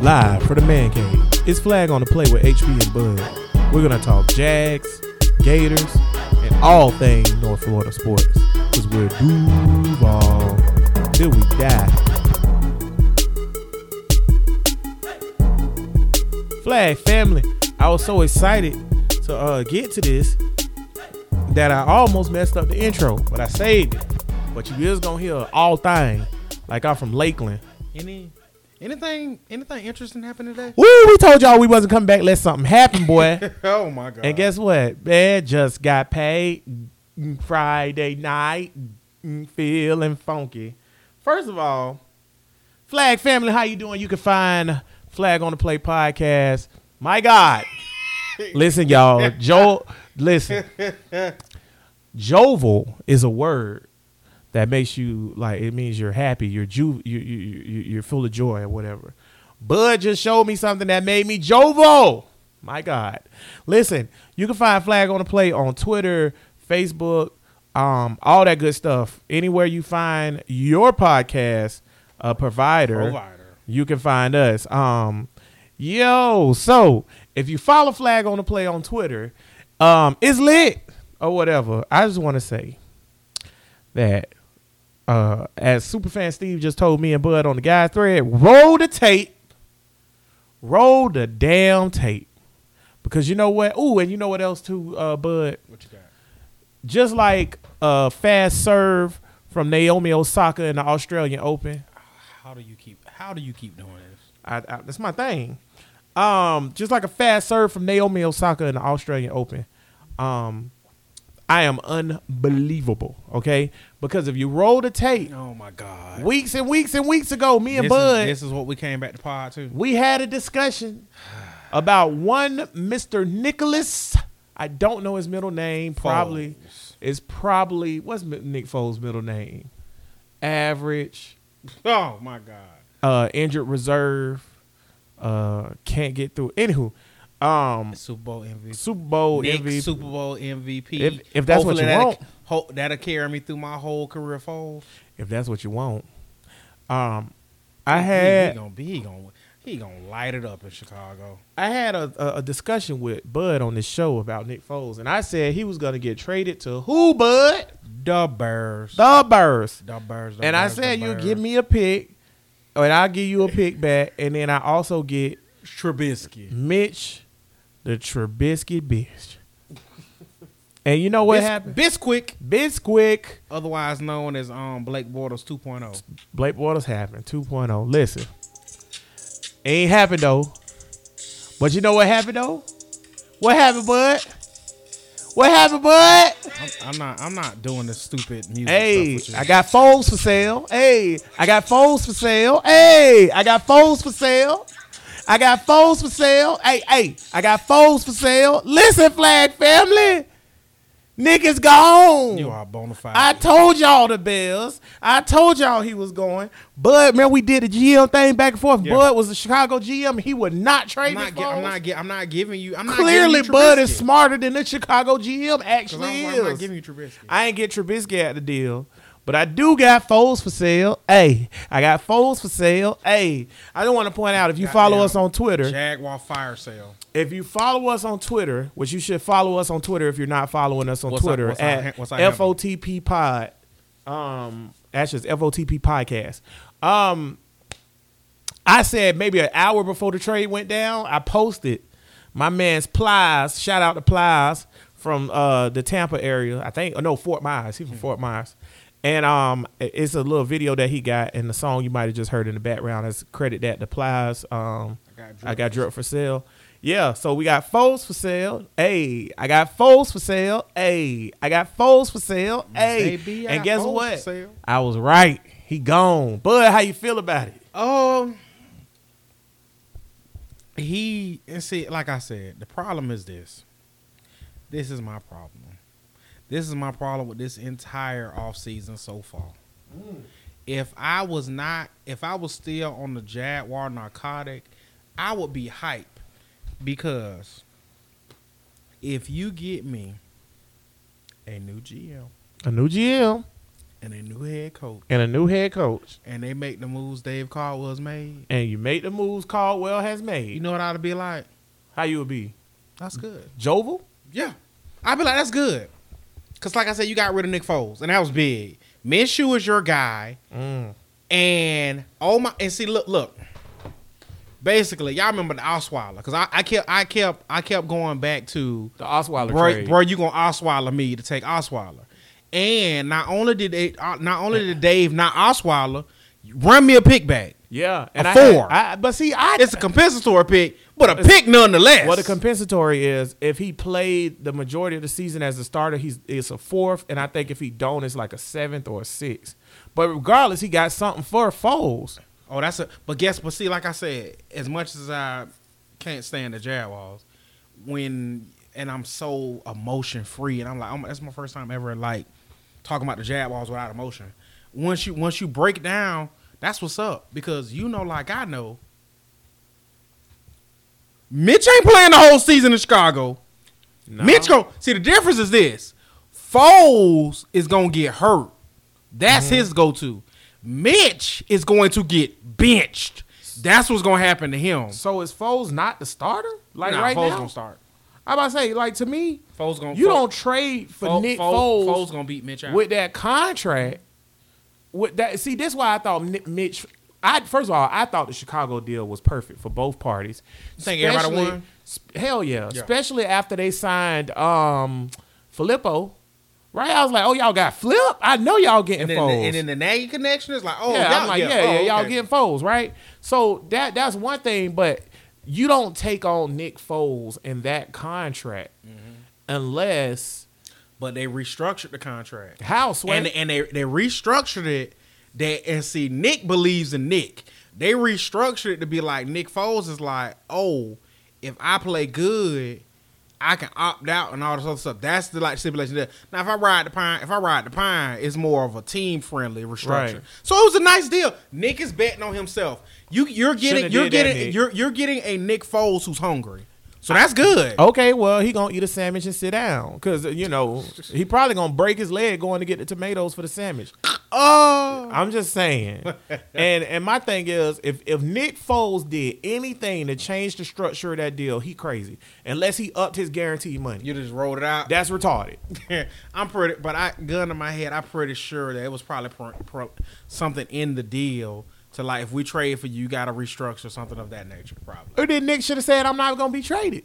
Live for the Man Cave. It's Flag on the Play with HB and Bud. We're going to talk Jags, Gators, and all things North Florida sports. Because we're Duval till we die. Flag family, I was so excited to uh, get to this that I almost messed up the intro, but I saved it. But you is going to hear all thing like I'm from Lakeland. Any anything anything interesting happen today? Woo, we told y'all we wasn't coming back let something happen, boy. Oh my god! and guess what? Man, just got paid mm, Friday night, mm, feeling funky. First of all, Flag family, how you doing? You can find Flag on the Play podcast. My God, listen, y'all. Joe, listen. Jovel is a word that makes you like it means you're happy, you're ju- you, you, you you're full of joy or whatever. Bud just showed me something that made me jovo. My God, listen, you can find Flag on the Play on Twitter, Facebook, um, all that good stuff. Anywhere you find your podcast uh, provider, Provider. you can find us. Um, yo, so if you follow Flag on the Play on Twitter, um, it's lit or whatever. I just want to say that uh, as Superfan Steve just told me and Bud on the guy thread, roll the tape, roll the damn tape, because you know what? Ooh, and you know what else too, uh, Bud? what you got? Just like uh, fast serve from Naomi Osaka in the Australian Open. How do you keep How do you keep doing this? I, I, that's my thing. Um, just like a fast serve from Naomi Osaka in the Australian Open. Um, I am unbelievable. Okay, because if you roll the tape, Oh my god! weeks and weeks and weeks ago, me and this Bud, Is, this is what we came back to pod to. we had a discussion about one Mr. Nicholas. I don't know his middle name. Probably Foles. it's probably what's Mi- Nick Foles' middle name? Average, Oh my god! uh, injured reserve, uh, can't get through. Anywho, um, Super Bowl MVP. Super Bowl Nick MVP. Super Bowl MVP. If- if that's what Hopefully you that'll, want. ho- that'll carry me through my whole career. Fold. if that's what you want. Um, I He, he had gonna be. He gonna. He gonna light it up in Chicago. I had a, a, a discussion with Bud on this show about Nick Foles, and I said he was gonna get traded to who, Bud? The Bears. The Bears. The Bears. the and I Bears, the said you Bears. give me a pick, and I'll give you a pick back, and then I also get Trubisky. Mitch, the Trubisky bitch. And you know what Bis- happened? Bisquick. Bisquick, otherwise known as um Blake Bortles 2.0. Blake Waters happened 2.0. Listen, ain't happened though. But you know what happened though? What happened, bud? What happened, bud? I'm, I'm not. I'm not doing this stupid music. Hey, stuff with you. I got phones for sale. Hey, I got phones for sale. Hey, I got phones for sale. I got phones for sale. Hey, hey, I got phones for sale. Listen, Flag Family, Nick is gone. you are bona fide. I told y'all the Bills. I told y'all he was going. Bud, man, we did the GM thing back and forth. Yeah. Bud was a Chicago GM. He would not I'm trade not. Nick Gi- I'm Foles. not. Gi- I'm not giving you. I'm not Clearly, giving you Bud is Trubisky. smarter than the Chicago GM 'Cause actually I'm, is. I'm not giving you Trubisky. I ain't get Trubisky out the deal, but I do got Foles for sale. Hey, I got Foles for sale. Hey, I don't want to point out if you follow Goddamn us on Twitter, Jaguar fire sale. if you follow us on Twitter, which you should follow us on Twitter if you're not following us on What's our- Twitter what's our ha- at what's our handle? FOTP Pod. Um, that's just FOTP Podcast. Um, I said maybe an hour before the trade went down, I posted my man's Plies. Shout out to Plies from uh, the Tampa area. I think, oh no, Fort Myers. He's from Fort Myers. And um, it- it's a little video that he got, and the song you might have just heard in the background is credit that to Plies. Um, I got drip. I got drip for sale. Yeah, so we got foes for sale. Hey, I got foes for sale. Hey, I got foes for sale. Hey, Baby, I and got guess foes for what? sale. I was right. He gone. Bud, how you feel about it? Um, he and see, like I said, the problem is this. This is my problem. This is my problem with this entire offseason so far. If I was not, if I was still on the Jaguar narcotic, I would be hype because if you get me a new GM, A new GM, and a new head coach, and a new head coach, and they make the moves Dave Caldwell's made, and you make the moves Caldwell has you made, know what I'd be like? how you would be? That's good. Jovel? Yeah. I'd be like, that's good. Cause like I said, you got rid of Nick Foles, and that was big. Minshew is your guy. Mm. And oh my and see, look, look. Basically, y'all remember the Osweiler. Cause I, I kept I kept I kept going back to The Osweiler bro, trade. bro, you gonna Osweiler me to take Osweiler. And not only did they uh, not only did Dave not Osweiler, run me a pick back. Yeah, and A I had- four. I- but see, I It's a compensatory pick, but a pick nonetheless. Well, the compensatory is if he played the majority of the season as a starter, he's it's a fourth, and I think if he don't, it's like a seventh or a sixth. But regardless, he got something for Foles. Oh, that's a but guess but see, like I said, as much as I can't stand the Jaguars, when and I'm so emotion free, and I'm like, oh my, that's my first time ever like talking about the Jaguars without emotion. Once you once you break down, that's what's up because you know, like I know, Mitch ain't playing the whole season in Chicago. Mitch go see the difference is this: Foles is gonna get hurt. That's his go-to. Mitch is going to get benched. That's what's gonna happen to him. So is Foles not the starter? Like Nah, right Foles now, gonna start. I'm about to say, like to me, Foles gonna you Foles- don't trade for Foles- Nick Foles, Foles, Foles gonna beat Mitch out. with that contract. With that, see, that's why I thought Nick, Mitch. I first of all, I thought the Chicago deal was perfect for both parties. Think everybody Especially- won? sp- Hell yeah. Yeah. especially after they signed um Filippo. Right, I was like, oh y'all got Flip. I know y'all getting and then, the, Foles. and then the Nagy connection is like, oh yeah, y'all, I'm like, yeah, yeah, oh, y'all okay. getting Foles, right? So that that's one thing, but you don't take on Nick Foles in that contract Mm-hmm. unless But they restructured the contract. House Sway? and and they they restructured it. That and see, Nick believes in Nick. They restructured it to be like Nick Foles is like, oh, if I play good, I can opt out and all this other stuff. That's the like stipulation there. Now, if I ride the pine, if I ride the pine, it's more of a team friendly restructure. Right. So it was a nice deal. Nick is betting on himself. You you're Shouldn't getting have you're did that, getting Nick. you're you're getting a Nick Foles who's hungry. So that's good. Okay, well, he gonna eat a sandwich and sit down because you know he probably gonna break his leg going to get the tomatoes for the sandwich. Oh, I'm just saying. and and my thing is, if if Nick Foles did anything to change the structure of that deal, he crazy. Unless he upped his guaranteed money, you just rolled it out. that's retarded. I'm pretty, but I gun in my head. I'm pretty sure that it was probably pro, pro, something in the deal to like if we trade for you, you got to restructure something of that nature, probably. Or then Nick should have said, "I'm not gonna be traded.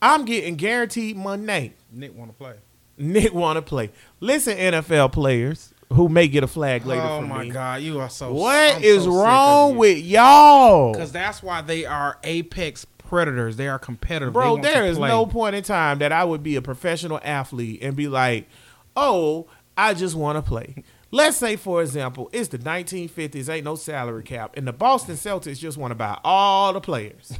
I'm getting guaranteed money." Nick want to play. Nick want to play. Listen, NFL players who may get a flag later. Oh from my me. god, you are so. What is wrong with y'all? Because that's why they are apex predators. They are competitive. They Bro, want there to is play. no point in time that I would be a professional athlete and be like, oh, I just want to play. Let's say, for example, it's the 1950s, ain't no salary cap, and the Boston Celtics just want to buy all the players,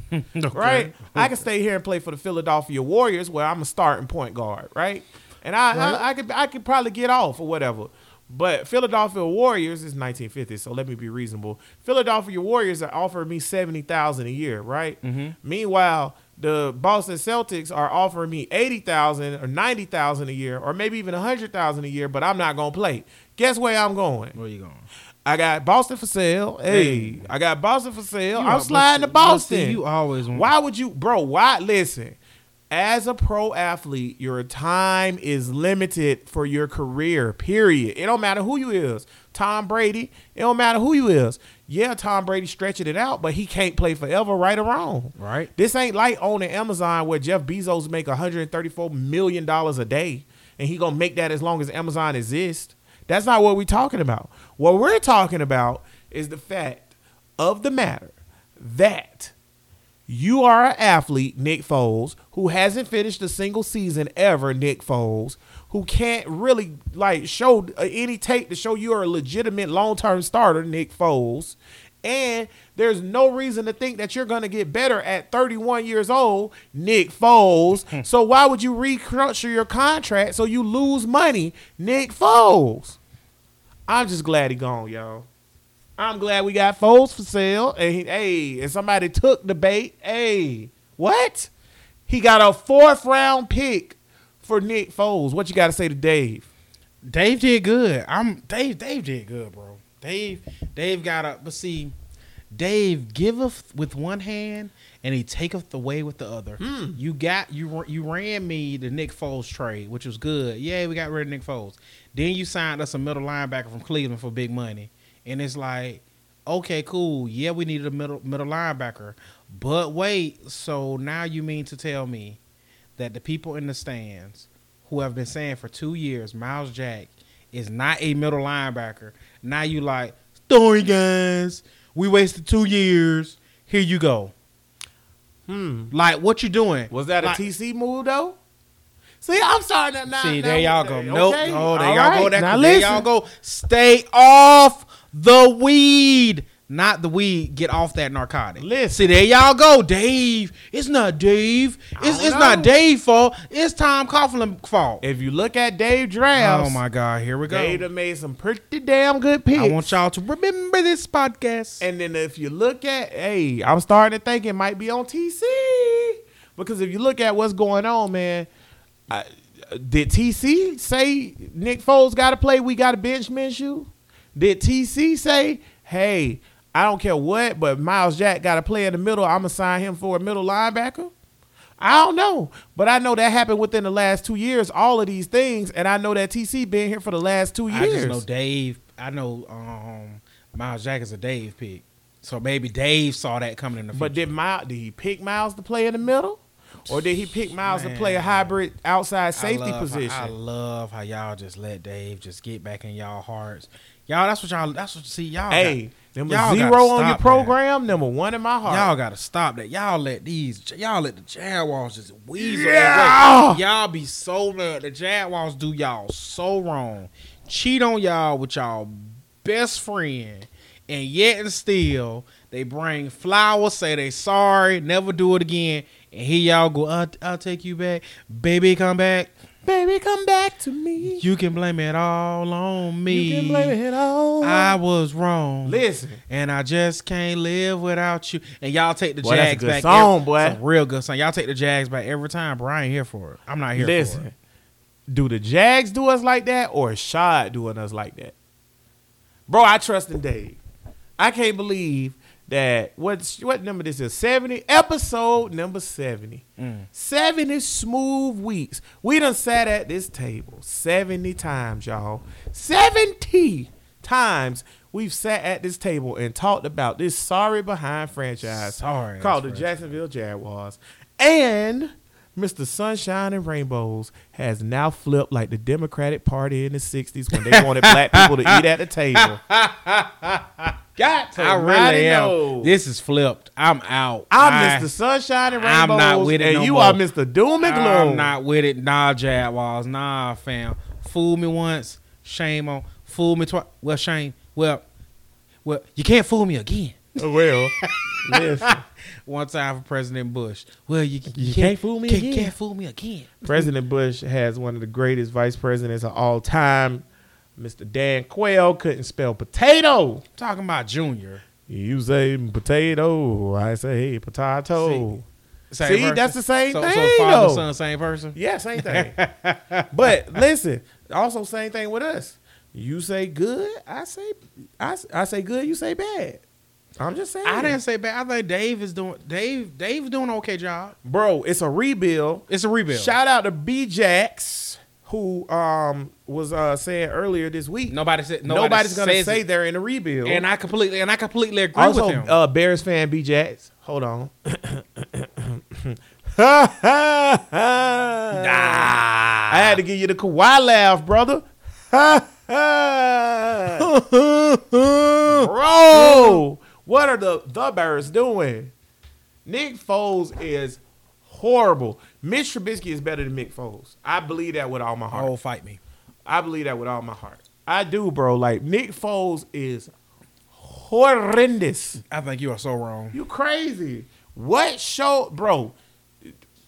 right? I can stay here and play for the Philadelphia Warriors, where I'm a starting point guard, right? And I, I, I could, I could probably get off or whatever. But Philadelphia Warriors is 1950, so let me be reasonable. Philadelphia Warriors are offering me 70,000 a year, right? Meanwhile, the Boston Celtics are offering me 80,000 or 90,000 a year or maybe even 100,000 a year, but I'm not going to play. Guess where I'm going? Where you going? I got Boston for sale. Hey, I got Boston for sale. You I'm are- sliding to but see- but see, Boston. you always want- Why would you, bro? Why? Listen, as a pro athlete, your time is limited for your career. Period. It don't matter who you is. Tom Brady. It don't matter who you is. Yeah, Tom Brady stretching it out, but he can't play forever, right or wrong. Right. This ain't like owning Amazon where Jeff Bezos make 134 million dollars a day, and he gonna make that as long as Amazon exists. That's not what we're talking about. What we're talking about is the fact of the matter that you are an athlete, Nick Foles, who hasn't finished a single season ever, Nick Foles, who can't really like show uh, any tape to show you're a legitimate long-term starter, Nick Foles. And there's no reason to think that you're going to get better at 31 years old, Nick Foles. so why would you restructure your contract so you lose money, Nick Foles? I'm just glad he gone, y'all. I'm glad we got Foles for sale. And he, hey, and somebody took the bait. Hey, what? He got a fourth round pick for Nick Foles. What you got to say to Dave? Dave did good. I'm Dave. Dave did good, bro. Dave. Dave got up, but see, Dave giveth with one hand and he taketh away with the other. You got you you ran me the Nick Foles trade, which was good. Yeah, we got rid of Nick Foles. Then you signed us a middle linebacker from Cleveland for big money, and it's like, okay, cool. Yeah, we needed a middle middle linebacker, but wait. So now you mean to tell me that the people in the stands who have been saying for two years Miles Jack is not a middle linebacker. Now you like, story guys, we wasted two years. Here you go. Hmm. Like what you doing? Was that a Like- TC move though? See, I'm sorry. Now, now, See, now- there y'all go. okay, Nope. Oh, there all y'all go. right, That, now there listen. y'all go. Stay off the weed. Not the weed. Get off that narcotic. Listen. See, there y'all go, Dave. It's not Dave. It's, don't it's not know. Dave's fault. It's Tom Coughlin's fault. If you look at Dave Drafts, oh my God. Here we go. Dave done made some pretty damn good picks. I want y'all to remember this podcast. And then if you look at, hey, I'm starting to think it might be on TC because if you look at what's going on, man, I, did TC say Nick Foles got to play? We got to bench Minshew. Did TC say, hey, I don't care what, but Miles Jack got to play in the middle. I'm gonna sign him for a middle linebacker. I don't know, but I know that happened within the last two years. All of these things, and I know that TC been here for the last two years. I just know Dave. I know um, Miles Jack is a Dave pick. So maybe Dave saw that coming in the But future. did Miles? Did he pick Miles to play in the middle, or did he pick Miles Man. to play a hybrid outside safety I love, position? I love how y'all just let Dave just get back in y'all hearts. Y'all, that's what y'all. That's what see y'all. hey, got, number y'all gotta zero on your stop that. program, number one in my heart. Y'all gotta stop that. Y'all let these. Y'all let the Jaguars just weasel. Yeah! away. Y'all be so mad. The Jaguars do y'all so wrong. Cheat on y'all with y'all best friend, and yet and still they bring flowers, say they sorry, never do it again, and here y'all go. I'll, I'll take you back, baby. Come back. Baby, come back to me. You can blame it all on me. You can blame it all. I was wrong. Listen, And I just can't live without you. And y'all take the Boy, that's a Jags good back. song, ev- boy. It's a real good song. Y'all take the Jags back every time. Brian here for it. I'm not here for it. listen. Do the Jags do us like that, or is Shad doing us like that? Bro, I trust in Dave. I can't believe that what's what number this is? 70 episode number 70. 70 smooth weeks. We done sat at this table 70 times, y'all. 70 times we've sat at this table and talked about this sorry behind franchise Sorry ass called the franchise. Jacksonville Jaguars. And Mr. Sunshine and Rainbows has now flipped like the Democratic Party in the 60s when they wanted black people to eat at the table. Got to I really mighty am. know. This is flipped. I'm out. I- I'm Mr. Sunshine and I'm Rainbows. not with it And no you more. are Mr. Doom and Gloom. I'm not with it. Nah, Jaguars. Nah, fam. Fool me once, shame on. Fool me twice. Well, shame. Well, well, you can't fool me again. Well, listen, One time for President Bush. Well, you, you, You can't, can't fool me can't, again. Can't fool me again. President Bush has one of the greatest vice presidents of all time. Mr. Dan Quayle couldn't spell potato. talking about Junior. You say potato, I say potato. Same See, that's the same so, So thing, father, though. son, same person. Yeah, same thing. but listen, also same thing with us. You say good, I say I, I say good, you say bad. I'm just saying. I didn't say bad. I think Dave is doing Dave. Dave's doing an okay job. Bro, it's a rebuild. It's a rebuild. Shout out to B Jax, who um was uh saying earlier this week. Nobody said nobody nobody's gonna says say it. they're in a rebuild. And I completely and I completely agree also with him. uh Bears fan B Jax. Hold on. I had to give you the Kawhi laugh, brother. Bro, what are the the Bears doing? Nick Foles is horrible. Mitch Trubisky is better than Nick Foles. I believe that with all my heart. oh, fight me. I believe that with all my heart. I do, bro. Like Nick Foles is horrendous. I think you are so wrong. You crazy? What show, bro?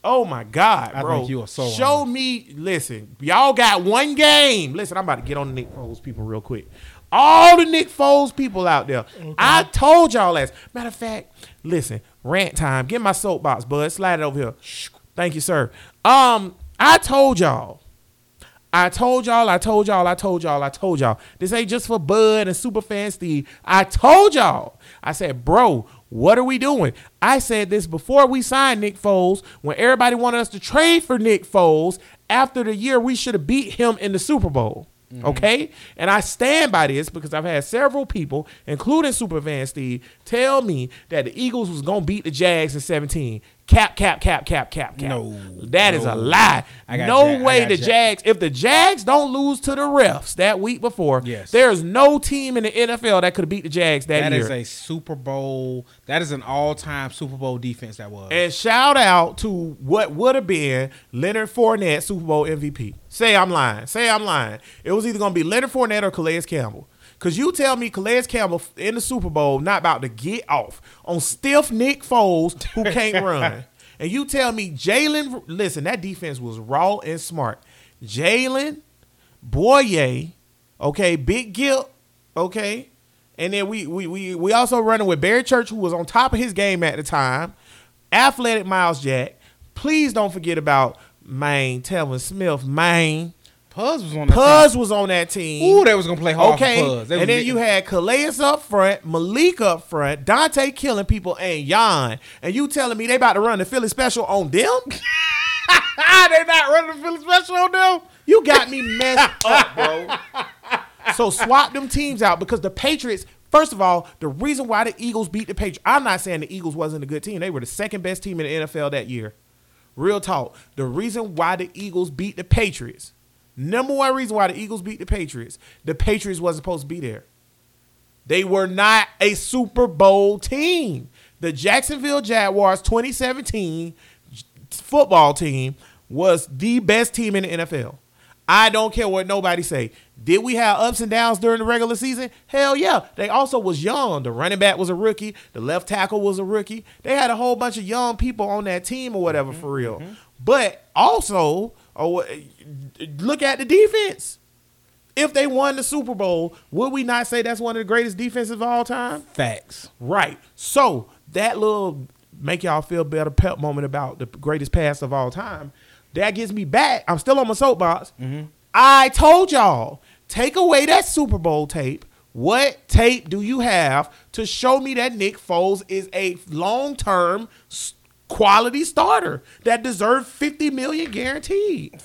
Oh my God, I bro! think you are so Show honest. me. Listen, y'all got one game. Listen, I'm about to get on the Nick Foles people real quick. All the Nick Foles people out there. I told y'all last. Matter of fact, listen, rant time. Get my soapbox, bud. Slide it over here. Thank you, sir. Um, I told y'all. I told y'all, I told y'all, I told y'all, I told y'all. This ain't just for Bud and Superfan Steve. I told y'all. I said, bro, what are we doing? I said this before we signed Nick Foles, when everybody wanted us to trade for Nick Foles after the year we should have beat him in the Super Bowl. Mm-hmm. Okay? And I stand by this because I've had several people, including Superfan Steve, tell me that the Eagles was gonna beat the Jags in 17. Cap, cap, cap, cap, cap, cap. No. That is a No. lie. I got no Jag- I way got the Jag- Jags. If the Jags don't lose to the refs that week before, Yes. there's no team in the NFL that could have beat the Jags that, That year. is a Super Bowl. That is an all-time Super Bowl defense. That was. and shout out to what would have been Leonard Fournette Super Bowl MVP. Say I'm lying. Say I'm lying. It was either gonna be Leonard Fournette or Calais Campbell. Cause you tell me Calais Campbell in the Super Bowl not about to get off on stiff Nick Foles who can't run. And you tell me Jalen listen, that defense was raw and smart. Jalen, Boye, okay, Big Gil, okay. And then we we we we also running with Barry Church, who was on top of his game at the time. Athletic Miles Jack. Please don't forget about Maine, Tevin Smith, Maine. Puzz was on that. Puzz was on that team. Ooh, team. they was gonna play hard. Okay. For Puzz. They was And then you getting- had Calais up front, Malik up front, Dante killing people, and Yon. And you telling me they about to run the Philly special on them? ah, they not running the Philly special on them. You got me messed up, bro. So swap them teams out because the Patriots. First of all, the reason why the Eagles beat the Patriots. I'm not saying the Eagles wasn't a good team. They were the second best team in the NFL that year. Real talk. The reason why the Eagles beat the Patriots. Number one reason why the Eagles beat the Patriots. The Patriots wasn't supposed to be there. They were not a Super Bowl team. The Jacksonville Jaguars 2017 j- football team was the best team in the NFL. I don't care what nobody say. Did we have ups and downs during the regular season? Hell yeah. They also was young. The running back was a rookie. The left tackle was a rookie. They had a whole bunch of young people on that team or whatever for real. But also, oh, look at the defense. If they won the Super Bowl, would we not say that's one of the greatest defenses of all time? Facts. Right. So that little make y'all feel better pep moment about the greatest pass of all time, that gets me back. I'm still on my soapbox. Mm-hmm. I told y'all, take away that Super Bowl tape. What tape do you have to show me that Nick Foles is a long term quality starter that deserves 50 million guaranteed?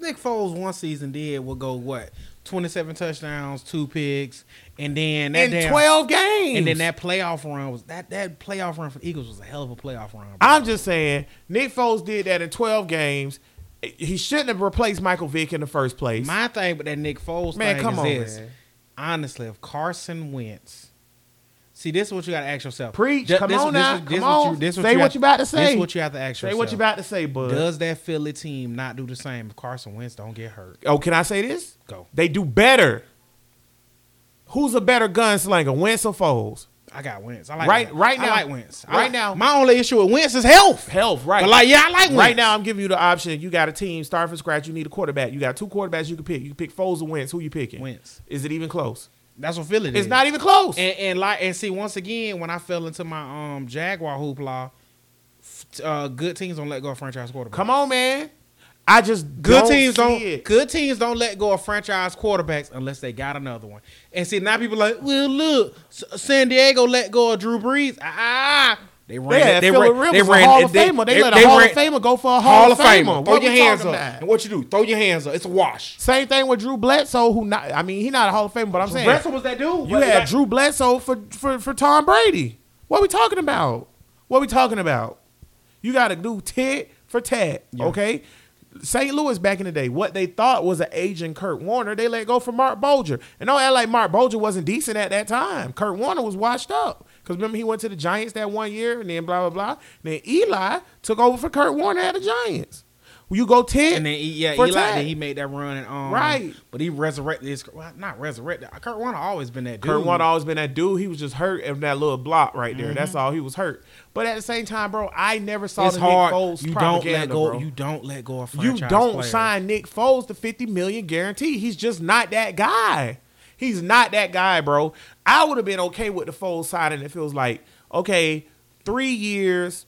Nick Foles one season did will go what twenty seven touchdowns, two picks, and then that In damn- 12 games. And then that playoff run was that that playoff run for the Eagles was a hell of a playoff run. bro. I'm just saying, Nick Foles did that in 12 games. He shouldn't have replaced Michael Vick in the first place. My thing with that Nick Foles Man, thing come is on, this. man. Honestly, if Carson Wentz, see, this is what you got to ask yourself. Preach. Ju- Come this- on this- now. this Come what you- on. this Say you what have- you about to say. This what you have to ask Say yourself. what you about to say, bud. Does that Philly team not do the same if Carson Wentz don't get hurt? oh, can I say this? Go. They do better. Who's a better gunslinger, Wentz or Foles? I got Wentz. I like Right- Wentz. right I now- like Wentz. I right like- now- My only issue with Wentz is health. Health, right? But like, yeah, I like Wentz. Right now, I'm giving you the option. You got a team, start from scratch. You need a quarterback. You got two quarterbacks you can pick. You can pick Foles or Wentz. Who you picking? Wentz. Is it even close? That's what Philly. It's did. not even close. And, and like and see once again when I fell into my um Jaguar hoopla, f- uh, good teams don't let go of franchise quarterback. Come on, man. I just Good don't teams see don't. it. Good teams don't let go of franchise quarterbacks unless they got another one. And see now people like, well, look, S- San Diego let go of Drew Brees. Ah, Ah, ah. they ran. Yeah, they Phillip ran. Rivers they a ran. Hall of Famer. They, let a Hall ran- of Famer go for a Hall of Famer. Throw What your we hands talking up. about? And what you do? Throw your hands up. It's a wash. Same thing with Drew Bledsoe, who not. I mean, he not a Hall of Famer, but I'm saying Russell was that dude. you but had like- Drew Bledsoe for, for for Tom Brady. What we talking about? What we talking about? You got to do tit for tat. Okay. St. Louis back in the day, what they thought was an aging Kurt Warner, they let go for Mark Bolger. And don't act like Mark Bolger wasn't decent at that time. Kurt Warner was washed up. Because remember, he went to the Giants that one year and then blah, blah, blah. then Eli took over for Kurt Warner at the Giants. You go 10 And then he, yeah, for Eli tat. then he made that run and um Right. but he resurrected his well, not resurrected. Kurt Warner always been that dude. Kurt Warner always been that dude. He was just hurt in that little block right there. That's all he was hurt. But at the same time, bro, I never saw Mm-hmm. it's the hard. Nick Foles you don't let propaganda, go. bro. You don't let go of You franchise don't players. sign Nick Foles to fifty million guarantee. He's just not that guy. He's not that guy, bro. I would have been okay with the Foles signing if it was like okay, three years,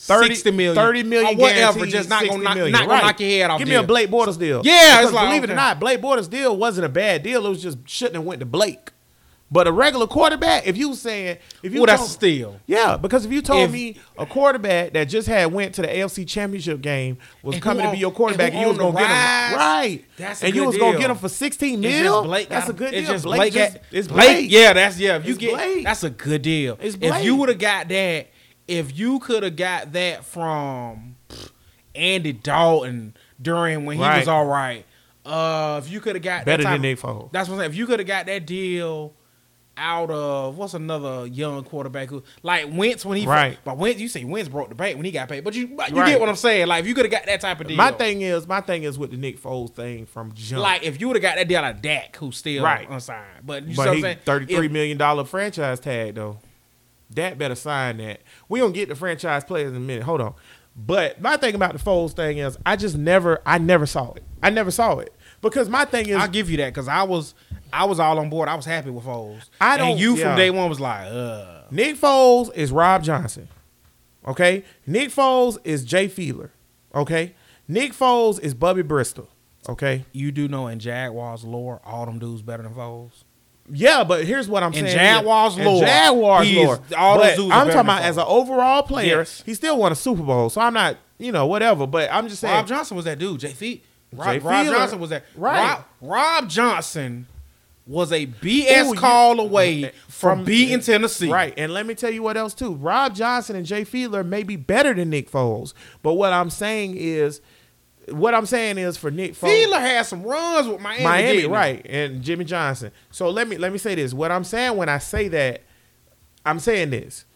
30, 60 million, 30 million or whatever, guaranteed, just not 60 gonna knock, million. not gonna Right. knock your head off. Give deal. me a Blake Borders deal. Yeah, it's Because like, believe it okay. or not, Blake Borders deal wasn't a bad deal. It was just shouldn't have went to Blake. But a regular quarterback, if you saying if you Well, that's told- a steal. Yeah, because if you told If- me a quarterback that just had went to the AFC Championship game was And who coming to on- be your quarterback, and and, who you was on gonna the get rise, him right, that's a and you good was gonna deal. get him for sixteen It's mil. just Blake that's got a good him. It's deal. just Blake, got- just, it's Blake. Blake. Yeah, that's yeah. If you It's get Blake. that's a good deal. It's if you Blake. would have got that, if you could have got that from pff, Andy Dalton during when he Right. was all right. Uh, if you could have got Better that than type- Nick Foles. That's what I'm saying. If you could have got that deal out of what's another young quarterback who like Wentz when he Right. But Wentz, you say Wentz broke the bank when he got paid, but you but you Right. get what I'm saying. Like if you could have got that type of deal, My thing is, my thing is with the Nick Foles thing from jump. Like if you would have got that deal out of Dak, who's still Right. unsigned, but you see what But I'm he saying? thirty If- three million dollar franchise tag though. That better sign that. We don't get the franchise players in a minute. Hold on. But my thing about the Foles thing is, I just never, I never saw it. I never saw it because my thing is, I'll give you that because I was I was all on board. I was happy with Foles. I And don't- you yeah. from day one was like, uh, Nick Foles is Rob Johnson. Okay. Nick Foles is Jay Feeler. Okay. Nick Foles is Bubby Bristol. Okay. you do know in Jaguars lore, all them dudes better than Foles. Yeah, but here's what I'm And saying. Jaguars And lore. Jaguars He is- lore. all those But dudes are I'm better talking than about as an Foles. overall player. Yes. He still won a Super Bowl, so I'm not, you know, whatever. But I'm just saying. Rob Johnson was that dude. Jay Feet. Rob, Jay Rob Feeler. Johnson was that. Right. Rob, Rob Johnson was a BS Ooh, you- Mm, call away from, from- beating Tennessee. Right. And let me tell you what else too. Rob Johnson and Jay Fiedler may be better than Nick Foles. But what I'm saying is what I'm saying is for Nick Foles. Feeler had some runs with Miami. Miami, didn't he? right, and Jimmy Johnson. So let me let me say this. What I'm saying when I say that, I'm saying this.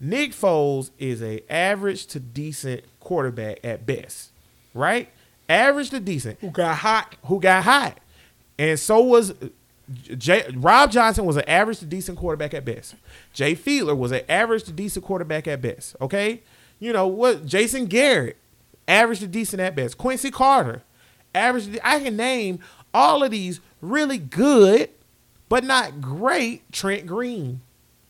Nick Foles is a average to decent quarterback at best, right? Average to decent Who got hot? who got hot. And so was J- Rob Johnson was an average to decent quarterback at best. Jay Fiedler was an average to decent quarterback at best. Okay, you know what? Jason Garrett, average to decent at best. Quincy Carter, average. To de- I can name all of these really good, but not great. Trent Green.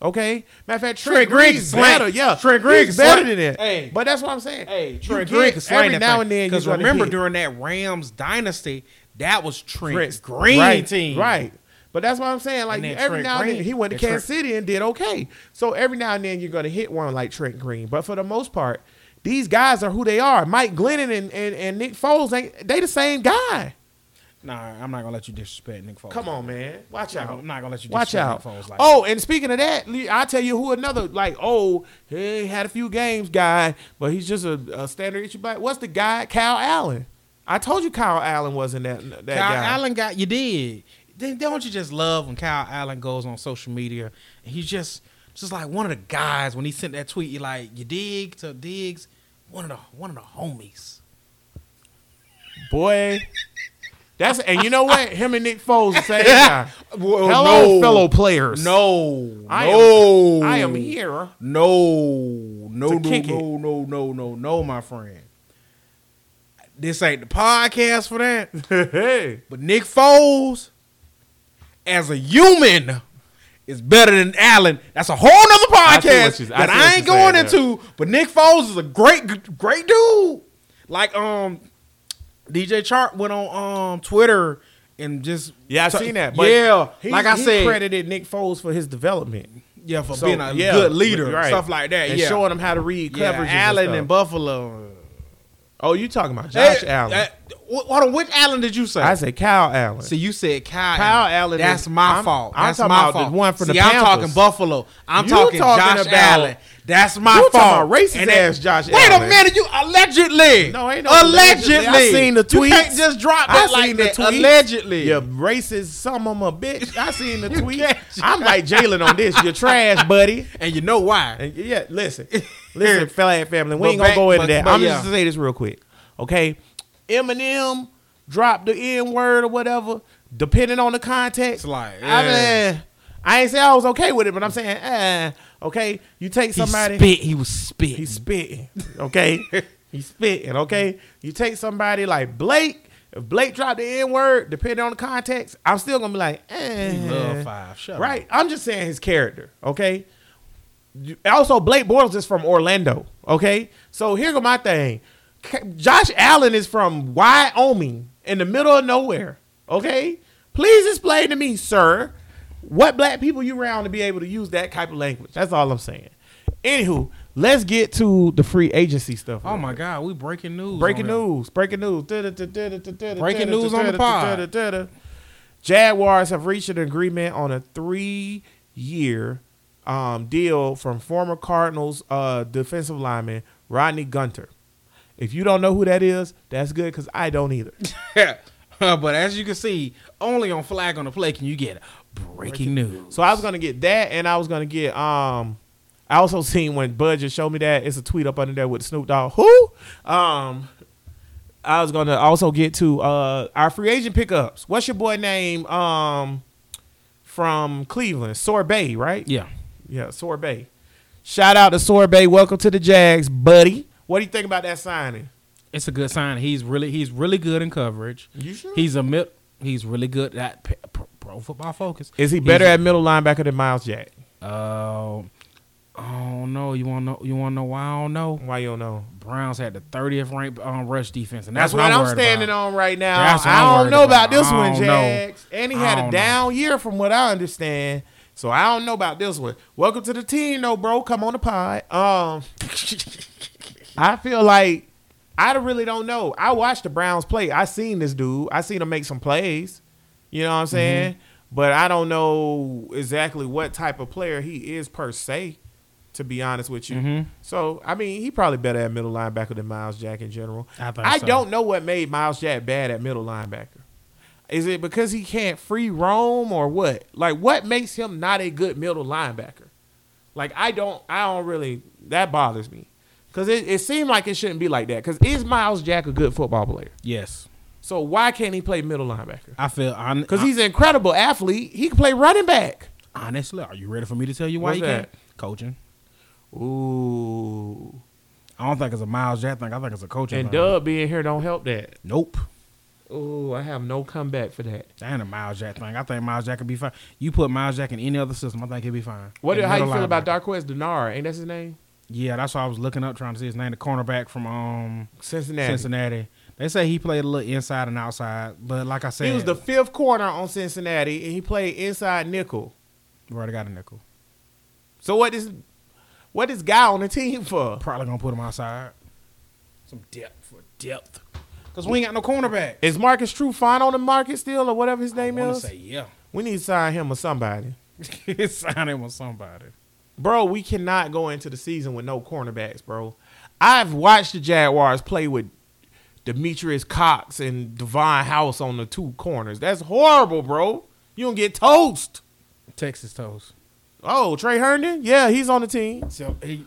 Okay, matter of fact, Trent, Trent Green Green's can slang. better. Yeah, Trent Green He's can better slang. than that. Hey. But that's what I'm saying. Hey, You Trent get- Green could slang every that now thing. and then. Because you're gonna remember hit. during that Rams dynasty, that was Trent, Prince Green right, team. Right. But that's what I'm saying. Like And then every Trent now and Green. then he went to And Kansas City and did okay. So every now and then you're gonna hit one like Trent Green. But for the most part, these guys are who they are. Mike Glennon and, and, and Nick Foles ain't they the same guy. Nah, I'm not gonna let you disrespect Nick Foles. Come on, man. Watch I'm out. not gonna let you Watch out. disrespect Nick Foles like oh, and speaking of that, Lee, I'll tell you who another like, oh, he had a few games guy, but he's just a, a standard issue black. What's the guy? Kyle Allen. I told you Kyle Allen wasn't that that Kyle guy. Allen got you did. Then don't you just love when Kyle Allen goes on social media and he's just just like one of the guys when he sent that tweet, you like you dig to Diggs, one of the one of the homies. Boy. That's and you know what? Him and Nick Foles the same guy. Well, Hello, no. fellow players. No, I am- no, I am here. No, no, To no, kick it. no, no, no, no, no, my friend. This ain't the podcast for that. hey. But Nick Foles, as a human, is better than Allen. That's a whole nother I see what podcast you- I that see what I ain't you're saying going there. into. But Nick Foles is a great, great dude. Like um, DJ Chark went on um Twitter and just Yeah, I've t- seen that. But Yeah, he- like I he said, credited Nick Foles for his development. yeah, for So, being a yeah, good leader, right. stuff like that. And yeah, showing him how to read yeah, coverage. Allen and, and, stuff. Buffalo. Oh, you talking about Josh Hey, Allen? uh, wh- hold on, which Allen did you say? I say Kyle Allen. So you said Kyle, Kyle Allen. Allen That's is- my I'm- fault. I'm That's talking my about the fault. one from the See, I'm talking Panthers. Buffalo. I'm You talking, talking Josh about- Allen. That's my You talking fault. about racist And that- ass Josh Wait Allen. a minute. You allegedly. No, ain't no allegedly. allegedly. I seen the You can't tweets. just drop I that seen like the that. tweets. Allegedly. you racist some of my bitch. I seen the You tweet. can't- I'm like Jalen on this. You're trash, buddy. And you know why? And yeah, listen, listen, flag family. We But ain't gonna back- go into but- that. but I'm yeah. just gonna say this real quick, okay? Eminem dropped the N word or whatever, depending on the context. It's like, I eh. mean, I ain't say I was okay with it, but I'm saying, eh, okay. You take somebody, He spit. He was spit. he's spitting, okay? he's spitting, okay? You take somebody like Blake. If Blake dropped the N word, depending on the context, I'm still gonna be like, eh. Love five. Shut up. Right. I'm just saying his character, okay? You- Also, Blake Bortles is from Orlando. Okay, so here go my thing. K- Josh Allen is from Wyoming, in the middle of nowhere. Okay, please explain to me, sir, what black people you around to be able to use that type of language. That's all I'm saying. Anywho, let's get to the free agency stuff. Oh my God, we breaking news. Breaking on here. news. Breaking news. Breaking Breaking news on the pod. Jaguars have reached an agreement on a three year um, deal from former Cardinals uh, defensive lineman Rodney Gunter. If you don't know who that is, that's good because I don't either. Uh, but as you can see, only on flag on the play can you get breaking news. So I was gonna get that, and I was gonna get um. I also seen when Bud just showed me that it's a tweet up under there with Snoop Dogg. Who? Um, I was gonna also get to uh our free agent pickups. What's your boy name? Um, from Cleveland, Sorbet, right? yeah, yeah, Sorbet. Shout out to Sorbet. Welcome to the Jags, buddy. What do you think about that signing? it's a good sign. He's really he's really good in coverage. You sure? He's a mid. He's really good at p- p- pro football focus. Is he He's- better at middle linebacker than Miles Jack? Uh, I don't know. You want to know? You want to know why I don't know? Why you don't know? Browns had the 30th ranked um, rush defense, and That's, that's, what I'm, worried standing about. on right now. That's what I I'm don't worried know about, about. this I one, don't know. Jags. And he I had a don't down year from what I understand. So I don't know about this one. Welcome to the team, though, bro. Come on the pod. Um, I feel like I really don't know. I watched the Browns play. I seen this dude. I seen him make some plays. You know Mm-hmm. what I'm saying? But I don't know exactly what type of player he is per se. To be honest with you, Mm-hmm. so I mean, he probably better at middle linebacker than Miles Jack in general. I think so. don't know what made Miles Jack bad at middle linebacker. Is it because he can't free roam or what? Like, what makes him not a good middle linebacker? Like I don't, I don't really. That bothers me because it, it seemed like it shouldn't be like that. Because is Miles Jack a good football player? Yes, So why can't he play middle linebacker? I feel on Because he's an incredible athlete. He can play running back. honestly. Are you ready for me to tell you why What's you can't that? coaching? Ooh. I don't think it's a Miles Jack thing. I think it's a coaching. And thing. Dub being here don't help that. Nope. Ooh, I have no comeback for that. That ain't a Miles Jack thing. I think Miles Jack could be fine. You put Miles Jack in any other system, I think he'd be fine. What? At How you middle feel about linebacker. Darquez Denard? Ain't that his name? Yeah, that's why I was looking up trying to see his name. The cornerback from um Cincinnati. Cincinnati. They say he played a little inside and outside, but like I said, He was the fifth corner on Cincinnati, and he played inside nickel. Right, I got a nickel. So what is what is guy on the team for? Probably gonna put him outside. Some depth for depth, cause we ain't got no cornerback. Is Marcus True fine on the market still, or whatever his I name want to is? say yeah. We need to sign him or somebody, Sign him with somebody. bro. We cannot go into the season with no cornerbacks, bro. I've watched the Jaguars play with Demetrius Cox and Devon House on the two corners. That's horrible, bro. You don't get toast. Texas toast. Oh, Trey Herndon, yeah, he's on the team. So he,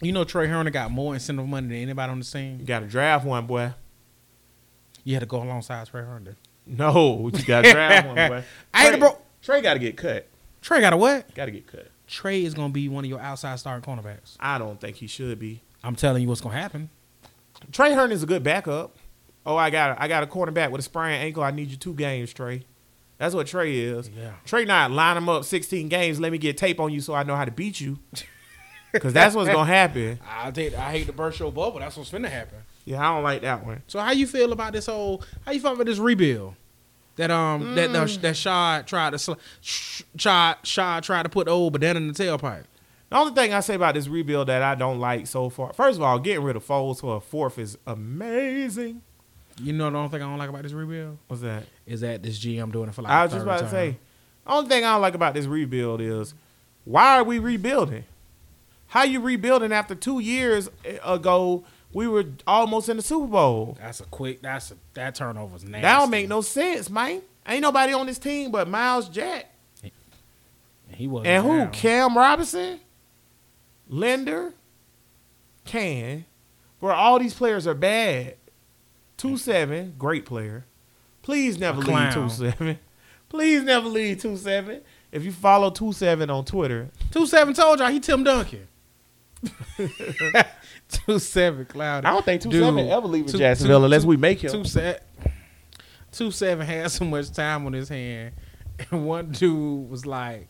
you know, Trey Herndon got more incentive money than anybody on You the scene. got to draft one, boy. You had to go alongside Trey Herndon. No, you got to draft one, boy. I ain't Trey- bro- Trey got to get cut. Trey got a what? Got to get cut. Trey is gonna be one of your outside starting cornerbacks. I don't think he should be. I'm telling you what's gonna happen. Trey Herndon's a good backup. Oh, I got I got a cornerback with a sprained ankle. I need you two games, Trey. That's what Trey is. Yeah. Trey not line him up 16 games. Let me get tape on you so I know how to beat you. Cause that's what's gonna happen. I did. I hate to burst your bubble. That's what's finna happen. Yeah, I don't like that one. So how you feel about this whole? How you feel about this rebuild? That um that that Mm. that Shad tried to sl- sh- Shad Shad tried to put the old banana in the tailpipe. The only thing I say about this rebuild that I don't like so far, first of all, getting rid of Foles for a fourth is amazing. You know the only thing I don't like about this rebuild What's that? is that this GM doing it for like. I the was just third about to time. say, only thing I don't like about this rebuild is why are we rebuilding? How you rebuilding after two years eh, ago? We were almost in the Super Bowl. that's a quick. That's a, that turnover's nasty. That don't make no sense, man. Ain't nobody on this team but Miles Jack He was and who? Cam Robinson, Linder, Can, where all these players are bad. Two seven, great player. Please never leave two clown. seven. Please never leave two seven. If you follow two seven on Twitter, Two seven told y'all he Tim Duncan. two seven cloud. I don't think two seven ever leaves two- Jacksonville two- unless two- we make him. Two set. Two seven had so much time on his hand, and one dude was like,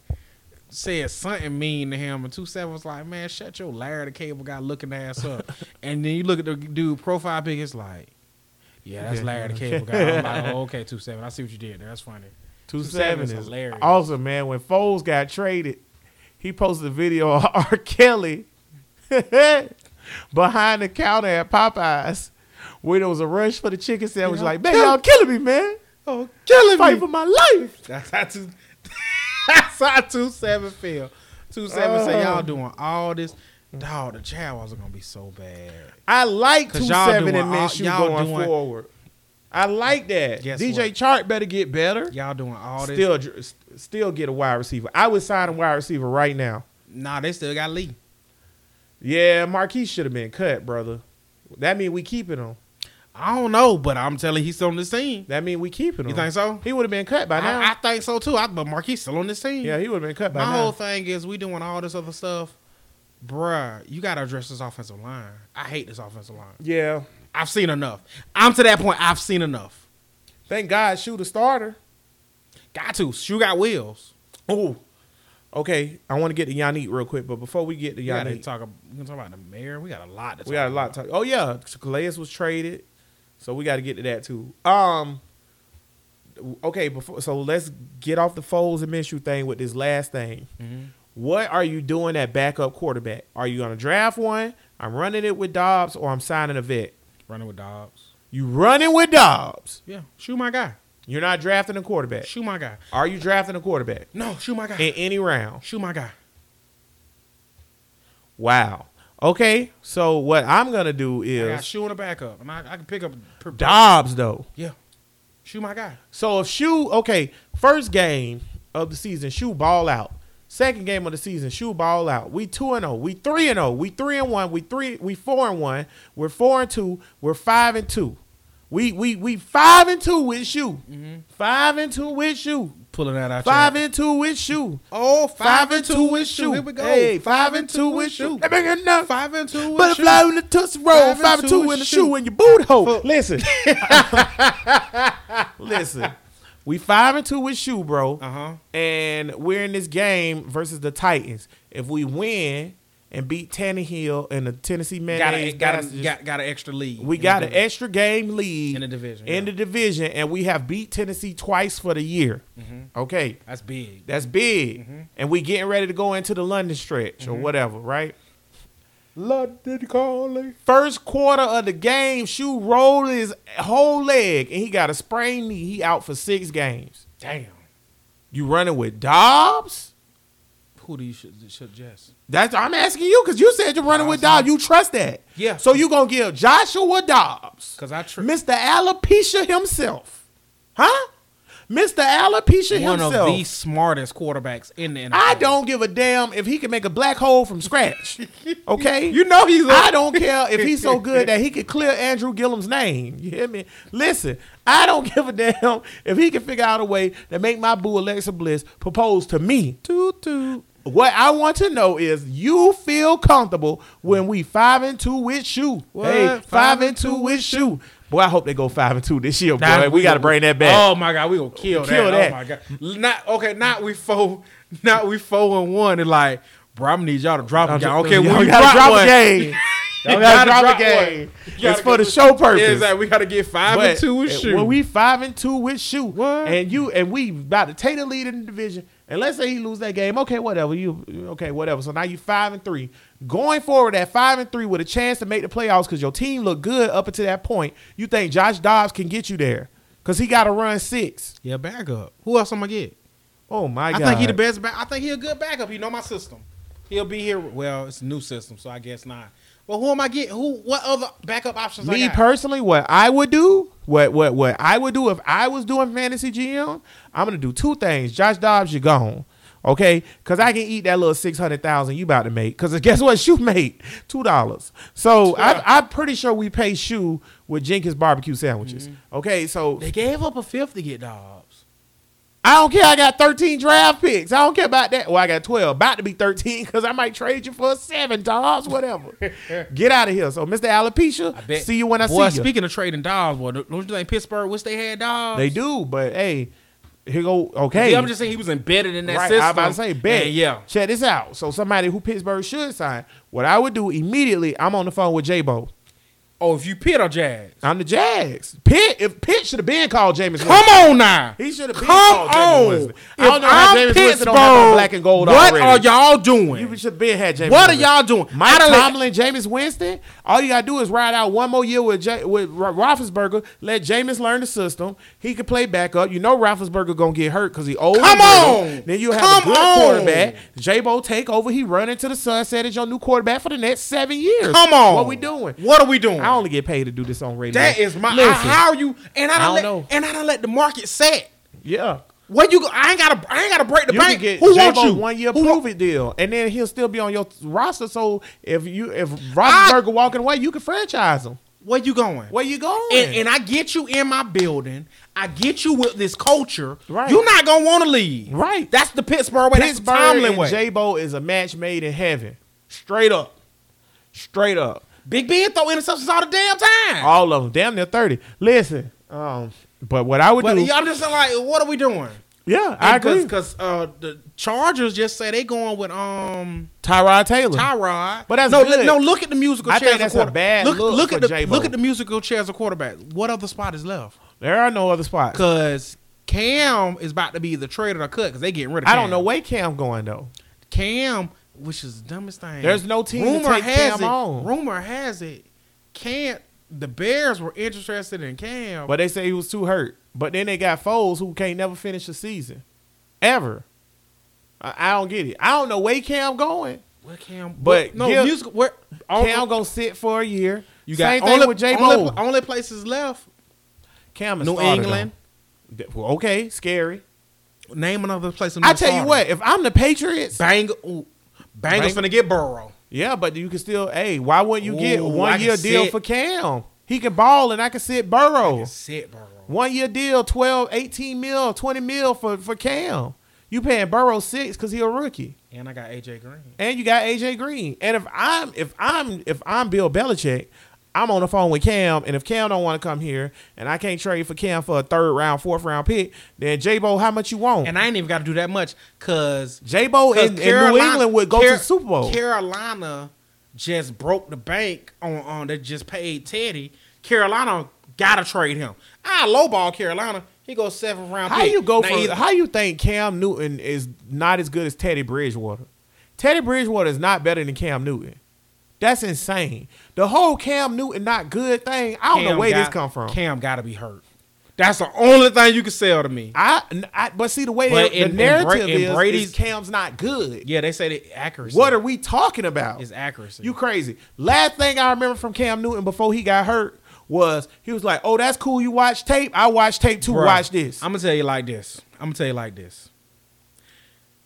said something mean to him, and two seven was like, "Man, shut your Larry the Cable Guy looking ass up." and then you look at the dude profile pic, it's like, "Yeah, that's Yeah. Larry the Cable Guy." I'm like, oh, "Okay, two seven, I see what you did there. That's funny." Two seven is hilarious. awesome, man. When Foles got traded, he posted a video of R. Kelly behind the counter at Popeyes, where there was a rush for the chicken sandwich. Yeah. Like, man, y'all killing me, man. Oh, killing Fight for my life. That's how two. that's how two seven feel. Two seven say Oh. y'all doing all this. Dog, the child was gonna be so bad. I like two 'Cause y'all seven doing and all- Minshew y'all going doing- forward. I like that. Guess DJ what? Chart better get better. Y'all doing all this. Still, dr- s- still get a wide receiver. I would sign a wide receiver right now. Nah, they still got Lee. Yeah, Marquise should have been cut, brother. That mean we keeping him. I don't know, but I'm telling you, he's still on this team. That mean we keeping him. You think so? He would have been cut Oh. by now. I, I think so too. I, but Marquis still on this team. yeah, he would have been cut by My now. whole thing is we doing all this other stuff, bruh. You gotta address this offensive line. I hate this offensive line. yeah. I've seen enough. I'm to that point. I've seen enough. Thank God, shoot a starter. Got to. Shoe got wheels. Oh. Okay, I want to get to Yannick real quick, but before we get to We gotta Yannick, talk. ab- We can talk about the mayor. We got a lot. To talk we got a lot about. to talk. Oh yeah, Calais was traded, so we got to get to that too. Um. Okay, before so let's get off the Foles and Minshew thing with this last thing. Mm-hmm. What are you doing at backup quarterback? Are you gonna draft one? I'm running it with Dobbs, or I'm signing a vet. Running with Dobbs. You running with Dobbs. Yeah, shoe my guy. You're not drafting a quarterback. Shoe my guy. Are you drafting a quarterback No, shoe my guy. in any round? shoe my guy. Wow. Okay. So what I'm gonna do I got is shoe in a backup, and I, I can pick up. per- Dobbs though. Yeah, shoe my guy. So if Shoe, okay, first game of the season, Shoe ball out. Second game of the season, Shoe ball out. We two and zero. We three and zero. We three and one. We three. We four and one. We're four and two. We're five and two. We we we five and two with Shoe. Five and two with Shoe. Pulling that out. Five and two with Shoe. Oh, Five and two with shoe. Shoe. Hey, five and two with Shoe. That make it enough. Five and two with shoe. Butterfly in the tussle roll, Five and five and two in the shoe in your boot hole. Listen, listen, we five and two with shoe, bro, Uh huh. and we're in this game versus the Titans. If we win and beat Tannehill and the Tennessee Got man, a, got, a, got got an extra lead. we in got the an division. extra game lead In the division, in yeah. the division, and we have beat Tennessee twice for the year. Mm-hmm. Okay, That's big. that's big, Mm-hmm. and we getting ready to go into the London stretch or whatever, right? London calling. First quarter of the game, Shoe rolled his whole leg and he got a sprained knee. He out for six games. Damn. You running with Dobbs? Who do you should suggest? That's I'm asking you because you said you're running with Dobbs. You trust that. Yeah. So you gonna give Joshua Dobbs, Because I trust Mr. Alopecia himself. Huh? Mr. Alopecia one himself. of the smartest quarterbacks in the NFL. I don't give a damn if he can make a black hole from scratch. Okay? You know he's. I don't care if he's so good that he could clear Andrew Gillum's name. You hear me? Listen, I don't give a damn if he can figure out a way to make my boo Alexa Bliss propose to me. Toot toot. What I want to know is you feel comfortable when we five and two with you. What? Hey, five, and two, with you. Boy, I hope they go five and two this year, boy. That- we gotta gonna- bring that back. Oh my god, we gonna kill, Kill that. that. Oh my god, not okay. Not we four, not we four and one, and like, bro, I'm gonna need y'all to drop a game. Okay, we gotta we drop, drop one. a game. You Y'all gotta drop a one. game. You gotta It's for the get- show purpose. Yeah, exactly. We gotta get five But and two with shoe. When we five and two with shoe, What? and you and we about to take the lead in the division, and let's say he lose that game, okay, whatever. You okay, whatever. So now you five and three. Going forward at five and three with a chance to make the playoffs because your team looked good up until that point. You think Josh Dobbs can get you there because he got to run six. yeah, backup. Who else I'm gonna get? Oh my I god! think he the best. Back, I think he a good backup. You know my system. He'll be here. Well, it's a new system, so I guess not. But who am I getting? Who? What other backup options? I Me got? personally, what I would do, what what what I would do if I was doing fantasy GM, I'm gonna do two things. Josh Dobbs, you're gone. Okay, cause I can eat that little six hundred thousand you about to make. Cause guess what, Shoe made two dollars. So I, I'm pretty sure we pay Shoe with Jenkins barbecue sandwiches. Mm-hmm. Okay, so They gave up a fifth to get Dobbs. I don't care. I got thirteen draft picks. I don't care about that. Well, I got twelve, about to be thirteen, cause I might trade you for a seven dollars, whatever. Get out of here. So, Mr. Alopecia, Bet- see you when I boy, see you. Speaking of trading Dobbs, boy, don't you think Pittsburgh wish they had Dobbs? They do, but hey, Here go okay. Yeah, I'm just saying he was embedded in that right, system. I was about to say, bet. And yeah. Check this out. So somebody who Pittsburgh should sign, what I would do immediately, I'm on the phone with J-Bo. Oh, if you pit or jag, I'm the Jags. Pitt, if Pitt should have been called Jameis Winston. come on now. He should have been Come called Jameis on. Winston. I don't If know how I'm Jameis Winston don't have no Pittsburgh, black and gold What already. are y'all doing? You should have been had Jameis What are Winston. y'all doing? Mike I done let- Tomlin, Jameis Winston. All you gotta do is ride out one more year with J- with Ro- Roethlisberger. Let Jameis learn the system. He can play backup. You know Roethlisberger gonna get hurt because he old. and Come brittle. on! Then you have Come a good on! quarterback. J-Bo take over. He run into the sunset as your new quarterback for the next seven years. Come on. what we doing? What are we doing? I only get paid to do this on radio. that is my. I, Listen, how are you? And I, I don't don't let, know. And I don't let the market set. yeah. What you? go- I ain't gotta. I ain't gotta break the You bank. can get Who J-Bo wants you? one year Who prove wa- it deal, and then he'll still be on your roster. So if you if Roethlisberger walking away, you can franchise him. Where you going? Where you going? and, and I get you in my building. I get you with this culture. Right. You're not gonna want to leave. Right. That's the Pittsburgh way. Pittsburgh That's the Tomlin way. and J Bo is a match made in heaven. Straight up. Straight up. Big Ben throw interceptions all the damn time. All of them. Damn near 30. Listen. Um, but what I would but do. I'm just like, what are we doing? yeah, I agree. Because uh, the Chargers just say they going with um Tyrod Taylor. Tyrod. But that's no, good. no. Look at the musical I chairs. think of that's a quarter- bad look look for at the J-Bo. look at the musical chairs of quarterback. What other spot is left? there are no other spots. Because Cam is about to be the trade or the cut because they getting rid of. I Cam. don't know where Cam going, though. Cam, which is the dumbest thing. There's no team to take has Cam it, on. Rumor has it, Cam. The Bears were interested in Cam. But they say he was too hurt. But then they got Foles who can't never finish a season. Ever. I, I don't get it. I don't know where Cam going. where Cam? but no give- musical. Where Cam going to sit for a year. You got Same thing only, with J only, Bo. only places left. Cam is New starter, England. though. Well, Okay, scary. Name another place. in I North tell you Florida. what, if I'm the Patriots, Bang, ooh, Bang- Bengals finna get Burrow. yeah, but you can still, hey, why wouldn't you get Ooh, I one can year deal sit. for Cam? He can ball and I can sit Burrow. Sit Burrow. One year deal, 12, 18 mil, 20 mil for, for Cam. You paying Burrow six because he a rookie. And I got AJ Green. And you got AJ Green. And if I'm if I'm if I'm Bill Belichick, I'm on the phone with Cam, and if Cam don't want to come here and I can't trade for Cam for a third round, fourth round pick, then J Bo, how much you want? And I ain't even got to do that much because J Bo in, in New England would go to Car- the Super Bowl. Carolina just broke the bank on on they just paid Teddy. Carolina gotta trade him. I lowball Carolina. He goes seven round. How pick. you go Now from either- how you think Cam Newton is not as good as Teddy Bridgewater? Teddy Bridgewater is not better than Cam Newton. That's insane. The whole Cam Newton not good thing. I don't know Cam where this got- come from. Cam gotta be hurt. That's the only thing you can sell to me. I, I but see the way But the in- in Bra- narrative in is, is Brady's- Cam's not good. Yeah, they say the accuracy. What are we talking about? is accuracy? You crazy. Last thing I remember from Cam Newton before he got hurt was he was like, "Oh, that's cool. You watch tape. I watch tape too. Bruh, Watch this." I'm gonna tell you like this. I'm gonna tell you like this.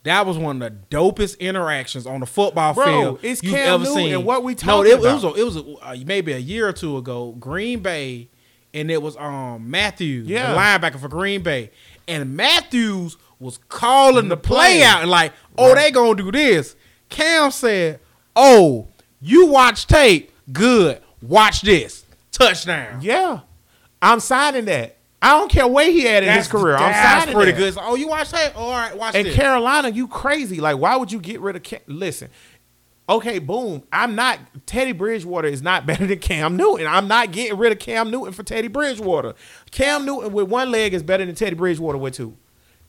That was one of the dopest interactions on the football Bro, field it's you've Cam ever Newton seen. and what we no, talking it, about. it was a, it was a, uh, maybe a year or two ago. Green Bay, and it was um Matthews, Yeah. the linebacker for Green Bay, and Matthews was calling the play play. out and like, "Oh, they gonna do this." Cam said, "Oh, you watch tape, good. Watch this touchdown." Yeah, I'm signing that. I don't care where he at in his career. I'm that's signing pretty that. good. So, oh, you watch that? all right, watch And this. Carolina, you crazy? Like, why would you get rid of? Cam? Listen, okay, boom. I'm not Teddy Bridgewater is not better than Cam Newton. I'm not getting rid of Cam Newton for Teddy Bridgewater. Cam Newton with one leg is better than Teddy Bridgewater with two.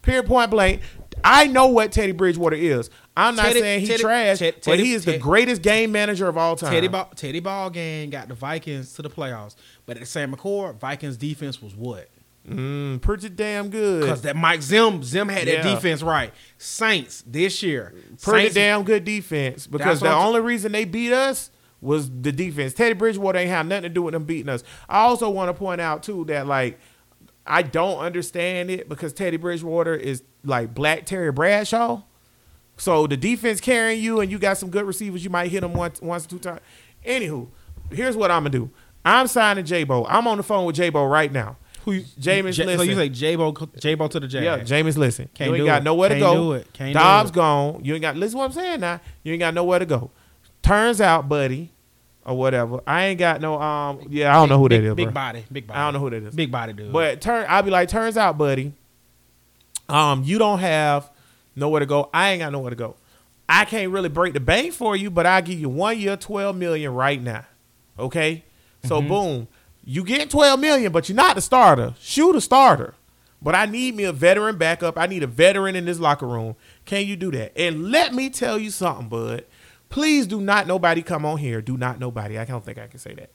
Period. Point blank. I know what Teddy Bridgewater is. I'm not Teddy- saying he Teddy- trash, Ted- but Teddy- he is the Ted- greatest game manager of all time. Teddy ball, Teddy ball game got the Vikings to the playoffs, but at the same accord, Vikings defense was what? Mm, pretty damn good. Because that Mike Zim, Zim had that Yeah. defense right. Saints this year, pretty Saints, damn good defense because That's what the I'm- only reason they beat us was the defense. Teddy Bridgewater ain't have nothing to do with them beating us. I also want to point out too that like I don't understand it because Teddy Bridgewater is like Black Terry Bradshaw. So the defense carrying you and you got some good receivers, you might hit them once, once two times. Anywho, here's what I'm gonna do. I'm signing J-Bo. I'm on the phone with J-Bo right now. Who you, Jameis, J- So listen. you say J-Bo, J-Bo to the J. Yeah, Jameis, listen. Can't you ain't do got it. nowhere to Can't go. do it. Can't do Dobbs it. gone. You ain't got. Listen, what I'm saying now. You ain't got nowhere to go. Turns out, buddy, or whatever. I ain't got no. Um. Yeah, I don't know who big, that is. Big bro. body, big body. I don't know who that is. Big body dude. But turn. I'll be like. Turns out, buddy. Um, you don't have nowhere to go. I ain't got nowhere to go. I can't really break the bank for you, but I'll give you one year, twelve million right now. Okay? So boom. You get twelve million, but you're not the starter. Shoot a starter. But I need me a veteran backup. I need a veteran in this locker room. Can you do that? And let me tell you something, bud. Please do not nobody come on here. Do not nobody. I don't think I can say that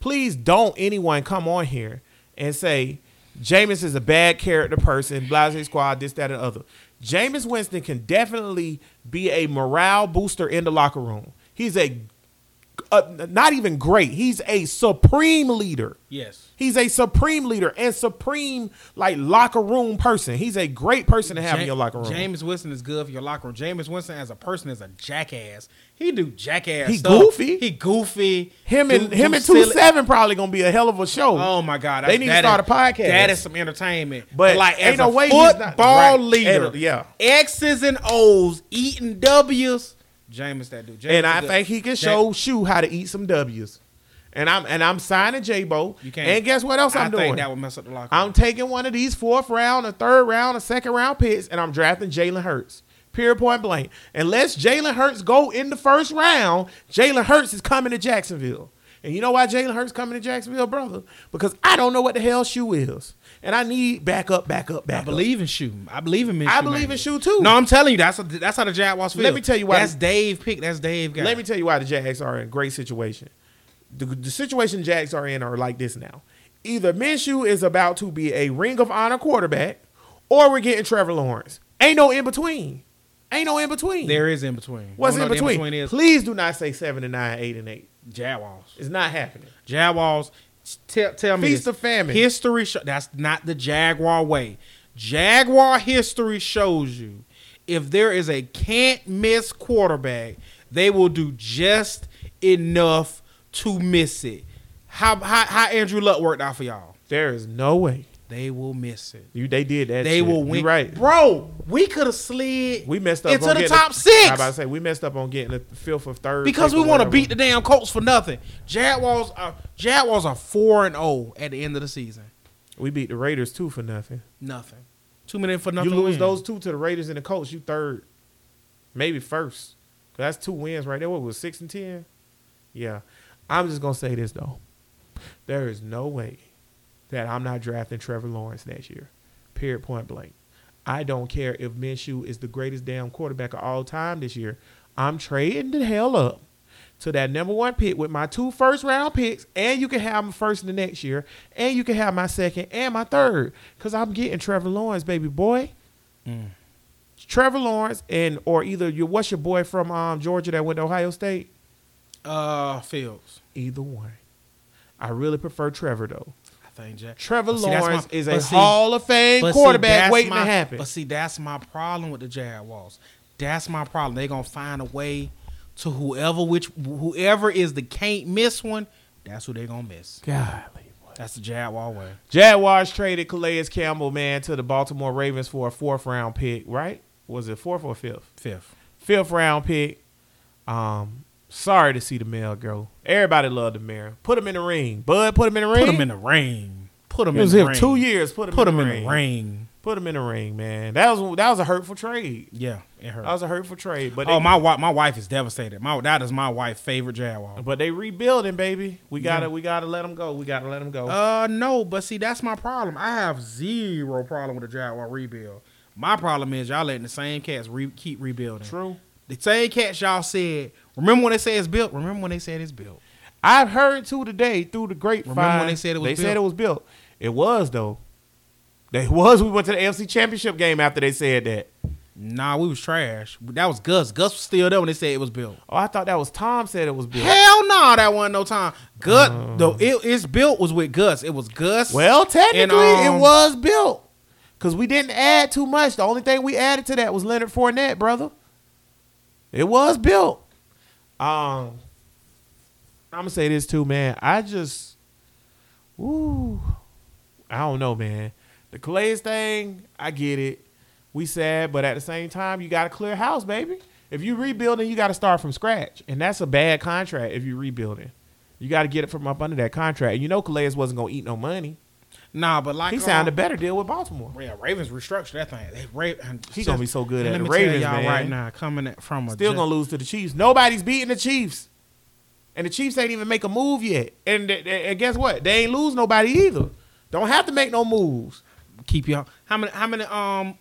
please don't anyone come on here and say Jameis is a bad character person, Blase Squad, this, that, and other. Jameis Winston can definitely be a morale booster in the locker room. He's a, a not even great. He's a supreme leader. Yes. He's a supreme leader and supreme like locker room person. He's a great person to have in your locker room. James Winston is good for your locker room. James Winston as a person is a jackass. He do jackass. He stuff. goofy. He goofy. him Do- and do him and two silly- seven probably gonna be a hell of a show. Oh my God! They need to that start is- a podcast. That is some entertainment. But, But like, ain't as no a way he's not- football right. leader, And- yeah. X's and O's, eating W's. James, that dude. Jameis and is I good. think he can That- show Shu how to eat some W's. And I'm and I'm signing J-Bo. You can't- And guess what else I I'm think doing? that would mess up the locker. I'm room. taking one of these fourth round, a third round, a second round picks, and I'm drafting Jalen Hurts. Pure point blank. Unless Jalen Hurts go in the first round, Jalen Hurts is coming to Jacksonville. And you know why Jalen Hurts coming to Jacksonville, brother? Because I don't know what the hell Shu is. And I need backup, backup, I backup. believe in shoe. I believe in. Minshew, I believe man. in Shue, too. No, I'm telling you, that's that's how the Jaguars feel. Let me tell you why- That's Dave pick. That's Dave guy. Let me tell you why the Jags are in a great situation. The, the situation Jags are in are like this now. Either Minshew is about to be a ring of honor quarterback, or we're getting Trevor Lawrence. Ain't no in between. Ain't no in between. There is in between. What's You in wanna know between? what the in between is Please do not say seven and nine, eight and eight. Jaguars. It's not happening. Jaguars. Tell, tell me, Feast this. of famine. History. Show, that's not the Jaguar way. Jaguar history shows you if there is a can't miss quarterback, they will do just enough to miss it. How how, how Andrew Luck worked out for y'all? There is no way They will miss it. you they did that. They shit. will You win. right? bro. We could have slid. We messed up into on the getting top I about to six say we messed up on getting the fifth or third because pick we or want to whatever. beat the damn Colts for nothing. Jaguars are Jaguars are four and zero at the end of the season. We beat the Raiders too for nothing. Nothing. Two minutes for nothing. you lose win. those two to the Raiders and the Colts, you third, maybe first. 'Cause That's two wins right there. What was it, six and ten? Yeah, I'm just gonna say this though, there is no way that I'm not drafting Trevor Lawrence next year. Period. Point blank. I don't care if Minshew is the greatest damn quarterback of all time this year. I'm trading the hell up to that number one pick with my two first round picks, and you can have my first in the next year, and you can have my second and my third, because I'm getting Trevor Lawrence, baby boy. Trevor Lawrence and or either your what's your boy from um, Georgia that went to Ohio State? Uh, Fields. Either one. I really prefer Trevor though. I think Jack. Trevor But see, that's Lawrence my- is a but see- Hall of Fame but see, quarterback that's waiting my- to happen. But see, that's my problem with the Jaguars. That's my problem. They're gonna find a way to whoever which whoever is the can't miss one. That's who they're gonna miss. Golly. boy. That's the Jaguar way. Jaguars traded Calais Campbell, man, to the Baltimore Ravens for a fourth round pick, right? Was it fourth or fifth? Fifth. Fifth round pick. Um, sorry to see the mail go. Everybody loved the mayor. Put him in the ring. Bud, put him in the ring. Put him in the ring. Put him He in was the here ring. two years. Put him, Put in, him the in ring. the ring. Put him in the ring, man. That was that was a hurtful trade. Yeah, it hurt. That was a hurtful trade. But oh, they, my wife. My wife is devastated. My that is my wife's favorite Jaguar. But they rebuilding, baby. We gotta we gotta let them go. We gotta let them go. Uh, no, but see, that's my problem. I have zero problem with the Jaguar rebuild. My problem is y'all letting the same cats re- keep rebuilding. True. The same cats y'all said. Remember when they said it's built? Remember when they said it's built? I've heard too today through the grapevine. Remember when they said it was They built? said it was built. It was though. They was. We went to the AFC Championship game after they said that. Nah, we was trash. That was Gus. Gus was still there when they said it was built. Oh, I thought that was Tom said it was built. Hell no, that wasn't no time. Gus, though, it, it's built was with Gus. It was Gus. Oh. Well, technically, And, um, it was built because we didn't add too much. The only thing we added to that was Leonard Fournette, brother. It was built. Um, I'm gonna say this too, man. I just, woo, I don't know, man. The Calais thing, I get it. We sad, but at the same time, you got to clear house, baby. If you rebuilding, you got to start from scratch, and that's a bad contract. If you rebuilding, you got to get it from up under that contract. You know, Calais wasn't gonna eat no money. Nah, but like He um, signed a better deal with Baltimore. Yeah, Ravens restructured that thing. They, Ra- and He gonna be so good and at let the me Ravens, tell y'all man. right now, coming at, from a Still gen- gonna lose to the Chiefs. Nobody's beating the Chiefs, and the Chiefs ain't even make a move yet. And, th- th- and guess what? They ain't lose nobody either. Don't have to make no moves. keep y'all. How many? How many? Um,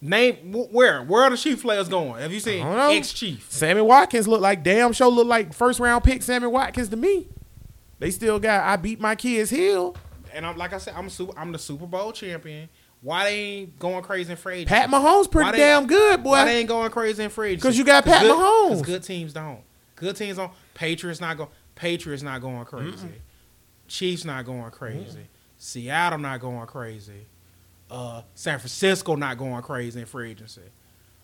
name wh- where? Where are the Chief players going? Have you seen I don't know. ex Chief? Sammy Watkins look like damn show look like first round pick Sammy Watkins to me. They still got I beat my kids heel. And I'm like I said, I'm super, I'm the Super Bowl champion. Why they ain't going crazy in free agency? Pat Mahomes pretty Why they- damn good, Why they boy. ain't going crazy in free agency? 'Cause you got Pat good, Mahomes. 'cause good teams don't. Good teams don't. Patriots not going. Patriots not going crazy. Chiefs not going crazy. Seattle not going crazy. Uh, San Francisco not going crazy in free agency.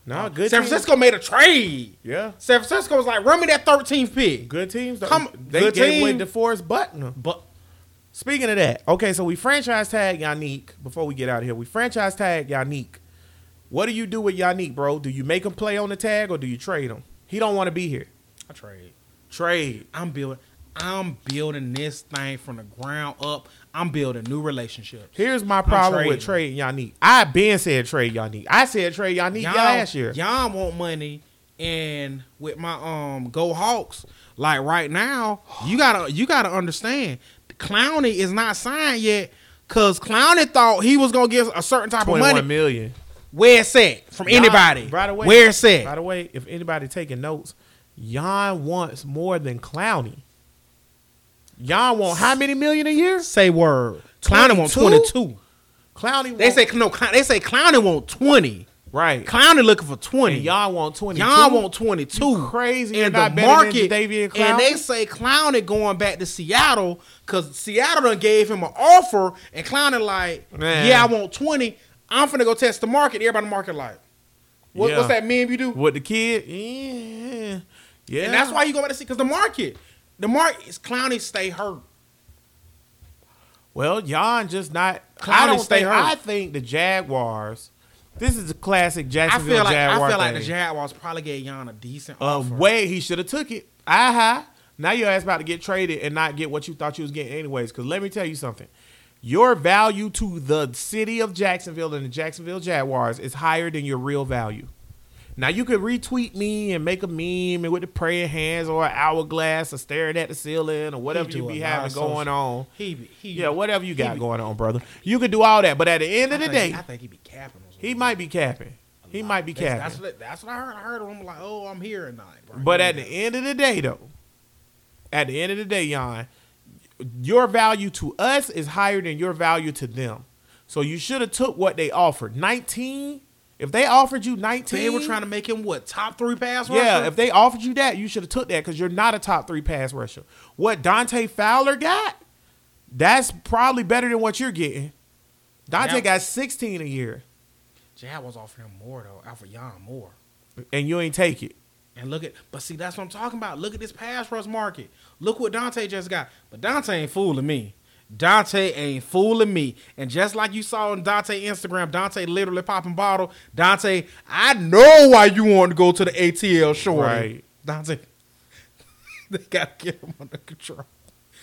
No, Uh, good San teams- Francisco made a trade. Yeah. San Francisco was like, run me that 13th pick. Good teams. though. Come- they good gave away team. DeForest Buckner. But Speaking of that, okay, so we franchise tag Yannick before we get out of here. We franchise tag Yannick. What do you do with Yannick, bro? Do you make him play on the tag or do you trade him? He don't want to be here. I trade. Trade. I'm building. I'm building this thing from the ground up. I'm building new relationships. Here's my problem with trading trading. Yannick. I been said trade Yannick. I said trade Yannick y'all, last year. Y'all want money, and with my um go Hawks, like right now, you gotta you gotta understand, Clowney is not signed yet, cause Clowney thought he was gonna get a certain type of 21 money. million. Where it's at from Jan- anybody? By the way, where it's at? By the way, if anybody taking notes, Jan wants more than Clowney. Jan want how many million a year? say word. Clowney want 22? twenty two. Clowney. They want- say no. Clown, they say Clowney want twenty. right. Clowney looking for twenty. And y'all want twenty. Y'all want 22. You crazy, you're not better than Jadeveon Clowney? and they say Clowney going back to Seattle because Seattle done gave him an offer, and Clowney like, Man. yeah, I want 20. I'm finna go test the market. Everybody in the market like, what, Yeah. what's that meme you do? with the kid. Yeah, yeah. And that's why you go back to see because the market, the market is Clowney stay hurt. Well, Jan just not. I Clowney don't stay think. hurt. I think the Jaguars. This is a classic I Jacksonville feel like Jaguar I feel like the thing. Jaguars probably gave Yon a decent Uh, offer. way he should have took it. Aha. Now your ass about to get traded and not get what you thought you was getting anyways. Because let me tell you something. Your value to the city of Jacksonville and the Jacksonville Jaguars is higher than your real value. Now you could retweet me and make a meme and with the prayer hands or an hourglass or staring at the ceiling or whatever do you a be lot having of social- going on. He be- he Yeah, whatever you got be- going on, brother. You could do all that, but at the end I of the think, day, I think he be capping. on he something. might be capping. He might be That's- capping. That's what, that's what I heard. I heard him like, oh, I'm here and not. bro. But He at the not. end of the day, though, at the end of the day, Jan, your value to us is higher than your value to them. So you should have took what they offered. Nineteen. If they offered you nineteen, They were trying to make him what top three pass rusher. Yeah, if they offered you that, you should have took that because you're not a top three pass rusher. What Dante Fowler got, that's probably better than what you're getting. Dante Now- got sixteen a year, Jaguars offering him more though, out for Jan more. and you ain't take it. And look at, but see, that's what I'm talking about. Look at this pass rush market. Look what Dante just got. But Dante ain't fooling me. Dante ain't fooling me. And just like you saw on Dante Instagram, Dante literally popping bottle. Dante, I know why you want to go to the ATL short. Right. Dante, they got to get him under control.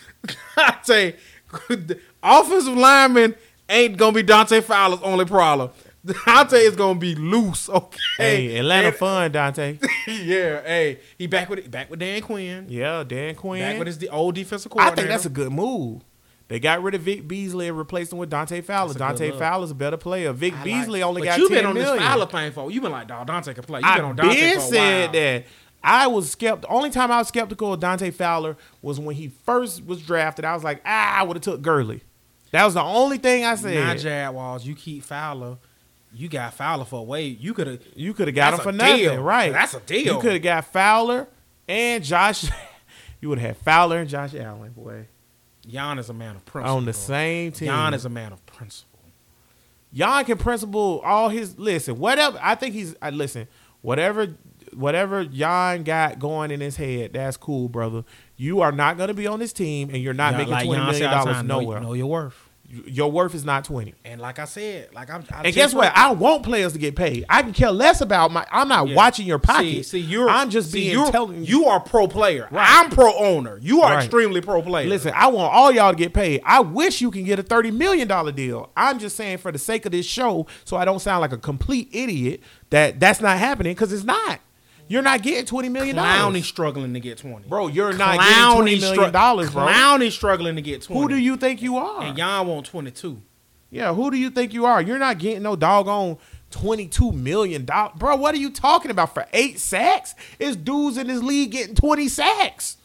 Dante, the offensive lineman ain't going to be Dante Fowler's only problem. Dante is going to be loose, okay? Hey, Atlanta And- fun, Dante. yeah, hey, he back with it, back with Dan Quinn, yeah, Dan Quinn. back with his the old defensive I coordinator. think that's a good move. They got rid of Vic Beasley and replaced him with Dante Fowler. That's a Dante good look. Fowler's a better player. Vic I like- Beasley only but got you 10 been on million. this Fowler thing for. You been like, dog, Dante can play. You I been on Dante been for a said while. that. I was skeptical. Only time I was skeptical of Dante Fowler was when he first was drafted. I was like, ah, I would have took Gurley. That was the only thing I said. Now Jaguars, you keep Fowler, you got Fowler for a way. You could have. you could have got That's him for a nothing, deal. right? That's a deal. You could have got Fowler and Josh. you would have had Fowler and Josh Allen, boy, Jan is a man of principle. on the same team. Jan is a man of principle. Jan can principle all his listen. Whatever I think he's I listen. Whatever whatever Jan got going in his head, that's cool, brother. You are not going to be on this team, and you're not Jan- making like twenty Jan million say all the dollars time, know- nowhere. Know your worth. Your worth is not twenty. And like I said, like I'm. I And just guess what? heard- I want players to get paid. I can care less about my. I'm not Yeah. watching your pocket. See, see, you're. I'm just see, being you're, telling you are pro player. I'm pro owner. You are Right. extremely pro player. Listen, I want all y'all to get paid. I wish you can get a thirty million dollar deal. I'm just saying for the sake of this show, so I don't sound like a complete idiot. That that's not happening because it's not. You're not getting twenty million Clowney dollars, struggling to get twenty, bro. You're not getting twenty million dollars, bro. Clowney struggling to get twenty. Who do you think you are? And y'all want twenty two. Yeah, who do you think you are? You're not getting no doggone twenty-two million dollars, bro. What are you talking about for eight sacks? It's dudes in this league getting twenty sacks,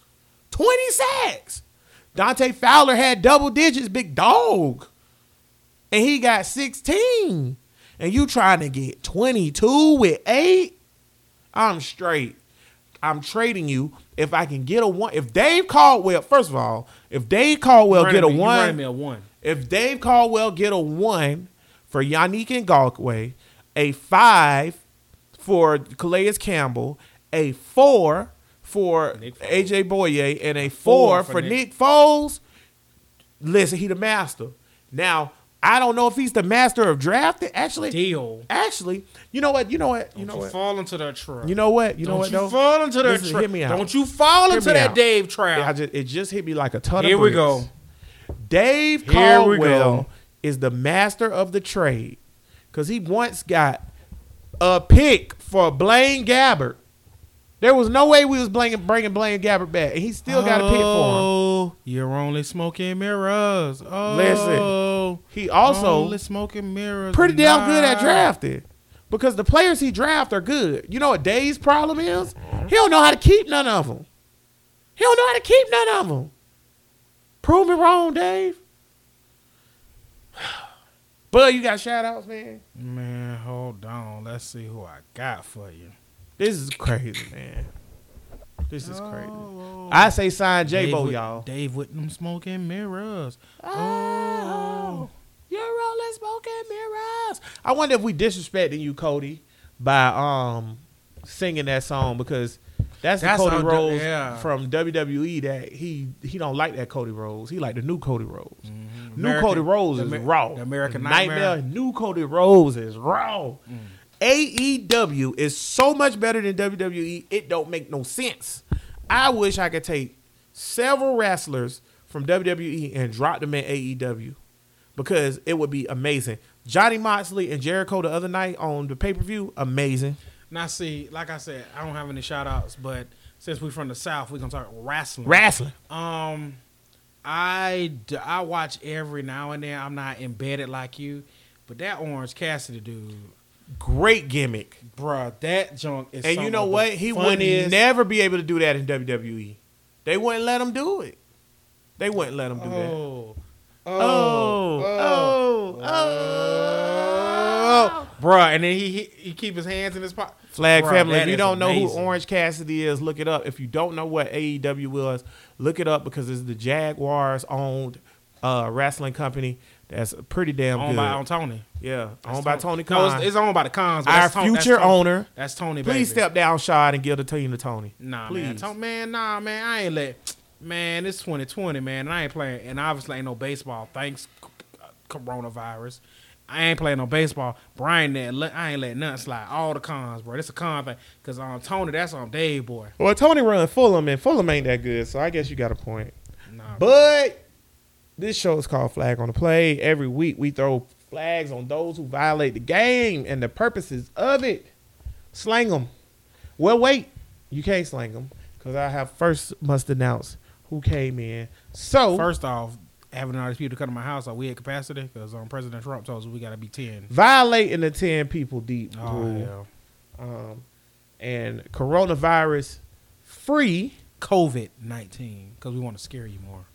twenty sacks. Dante Fowler had double digits, big dog, and he got sixteen. And you trying to get twenty-two with eight? I'm straight. I'm trading you if I can get a one. If Dave Caldwell, first of all, if Dave Caldwell Running get a me- you one, running me a one. if Dave Caldwell get a one for Yannick Ngakwe, a five for Calais Campbell, a four for Nick Foles. AJ Boye, and a four, Four for for Nick. Nick. Foles. Listen, he the master. Now I don't know if he's the master of drafting. Actually, Deal. actually, you know what? You know what? You Don't know you what? fall into that trap. You know what? You know Don't what? you though? fall into that Listen, trap. hear me out. Don't you fall Hear into me that out. Dave trap. I just, it just hit me like a ton Here of we bricks. go. Dave Here we Caldwell go. is the master of the trade because he once got a pick for Blaine Gabbert. There was no way we was bringing, bringing Blaine Gabbert back, and he still got a pick for him. Oh, You're only smoking mirrors. Oh, Listen, He also only smoking mirrors. pretty damn good at Nah. drafting because the players he draft are good. You know what Dave's problem is? He don't know how to keep none of them. He don't know how to keep none of them. Prove me wrong, Dave. But you got shout outs, man. Man, hold on. Let's see who I got for you. This is crazy, man. This is crazy. Oh, I say sign J Dave Bo, with- y'all. Dave with them smoking mirrors. Oh, Oh. you're rolling smoke and mirrors. I wonder if we disrespecting you, Cody, by um singing that song because that's, That's the Cody our- Rhodes yeah. from WWE that he he don't like that Cody Rhodes. He like the new Cody Rhodes. New American- Cody Rhodes the is Amer- raw. the American The Nightmare. New Cody Rhodes is raw. AEW is so much better than WWE. It don't make no sense. I wish I could take several wrestlers from WWE and drop them in AEW because it would be amazing. Johnny Moxley and Jericho the other night on the pay per view, amazing. Now, see, like I said, I don't have any shout outs, but since we're from the South, we're going to talk wrestling. Wrestling. Um, I, d- I watch every now and then. I'm not embedded like you, but that Orange Cassidy dude, Great gimmick. bruh, that junk is. And you some know of the what? He would funniest- never be able to do that in WWE. They wouldn't let him do it. They wouldn't let him do that. Oh, oh, oh, oh. bruh, and then he, he he keep his hands in his pocket. Flag Bruh, family. that If you is don't know who amazing. Orange Cassidy is, look it up. If you don't know what AEW was, look it up because it's the Jaguars owned uh, wrestling company. That's pretty damn owned good. by on Tony, yeah, That's owned by Tony No, Khan. it's, it's owned by the Cons. but Our that's Tony- that's future Tony- owner. That's Tony. baby. Please step down, Shad, and give the team to Tony. Nah, Please. man. Tony, man, nah, man. I ain't let. Man, it's 2020, man. And I ain't playing. And obviously, ain't no baseball. Thanks, c- coronavirus. I ain't playing no baseball. Brian, there, let- I ain't let nothing slide. All the cons, bro. It's a con thing. Cause um, Tony, that's on Dave, boy. Well, Tony run Fulham, and Fulham ain't that good, so I guess you got a point. Nah, bro. But this show is called Flag on the Play. Every week we throw flags on those who violate the game and the purposes of it. Slang them. Well, wait, you can't slang them because I have first must announce who came in. So First off, having all these people come to my house, are we at capacity? Because um, President Trump told us we gotta be ten. violating the ten people deep Oh rule hell. um, and coronavirus free. COVID nineteen. Because we want to scare you more.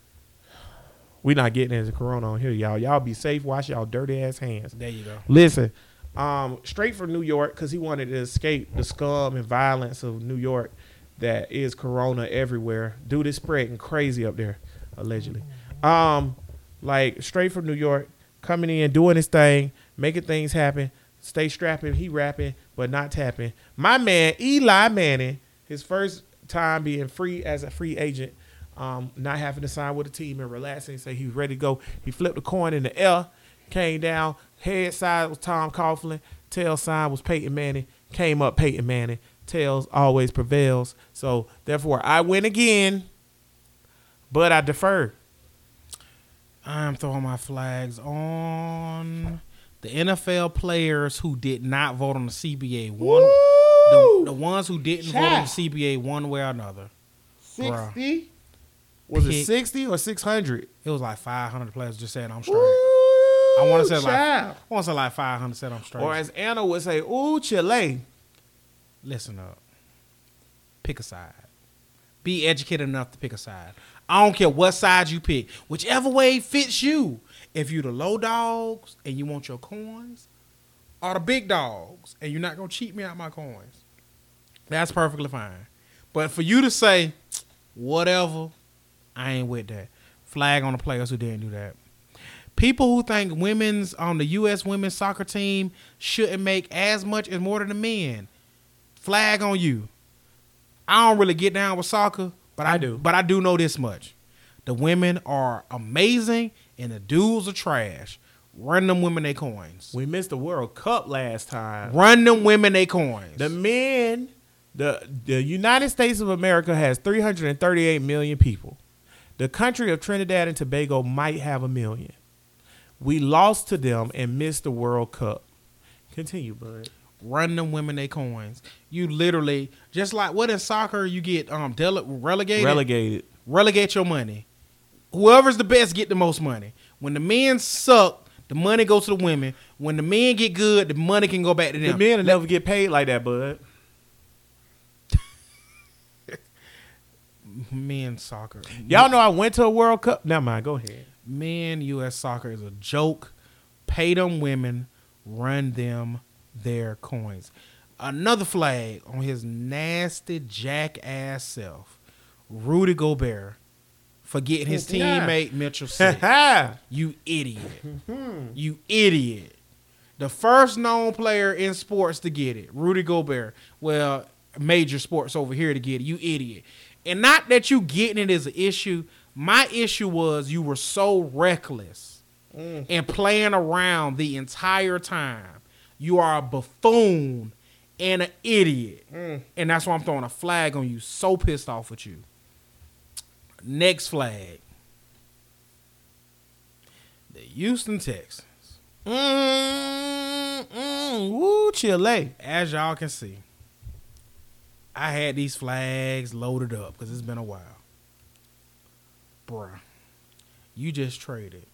We not getting into corona on here, y'all. Y'all be safe. Wash y'all dirty ass hands. There you go. Listen, um, straight from New York because he wanted to escape the scum and violence of New York that is Corona everywhere. Dude is spreading crazy up there, allegedly. Um, like straight from New York, coming in, doing his thing, making things happen. Stay strapping, he rapping, but not tapping. My man Eli Manning, his first time being free as a free agent, um, not having to sign with a team and relaxing. Say he's ready to go. He flipped a coin in the air, came down. Head side was Tom Coughlin. Tail side was Peyton Manning. Came up Peyton Manning. Tails always prevails. So therefore, I win again, but I deferred. I'm throwing my flags on the NFL players who did not vote on the CBA one. The, the ones who didn't Child. vote on the CBA one way or another. Bruh. Was it Pick. sixty or six hundred? It was like 500 players just saying I'm straight. I I want to say like I want to say like 500 said I'm straight. or as Anna would say, "Ooh, Chile." Listen up. Pick a side. Be educated enough to pick a side. I don't care what side you pick, whichever way fits you. If you the low dogs and you want your coins, or the big dogs and you're not gonna cheat me out my coins, that's perfectly fine. But for you to say whatever, I ain't with that. Flag on the players who didn't do that. People who think women's on the U.S. women's soccer team shouldn't make as much as more than the men flag on you. I don't really get down with soccer, but I, I do. But I do know this much: the women are amazing, and the dudes are trash. Run them women they coins. We missed the World Cup last time. Run them women they coins. The men, the the United States of America has 338 million people. The country of Trinidad and Tobago might have a million. We lost to them and missed the World Cup. Continue, bud. Run them women they coins. You literally just like what in soccer you get um dele- relegated. Relegated. relegate your money. Whoever's the best get the most money. When the men suck, the money goes to the women. When the men get good, the money can go back to The them. men will never get paid like that, bud. men soccer. Y'all know I went to a World Cup. Never mind. Go ahead. men U.S. soccer is a joke. Pay them women, run them their coins. Another flag on his nasty jackass self, Rudy Gobert, for getting his Yeah. teammate Mitchell sick. You idiot. you idiot. The first known player in sports to get it, Rudy Gobert. Well, major sports over here to get it. You idiot. And not that you getting it is an issue. My issue was you were so reckless and playing around the entire time. You are a buffoon and an idiot. And that's why I'm throwing a flag on you. So pissed off with you. Next flag the Houston Texans. Mm, mm, woo, Chile. As y'all can see, I had these flags loaded up because it's been a while. Bruh, you just traded.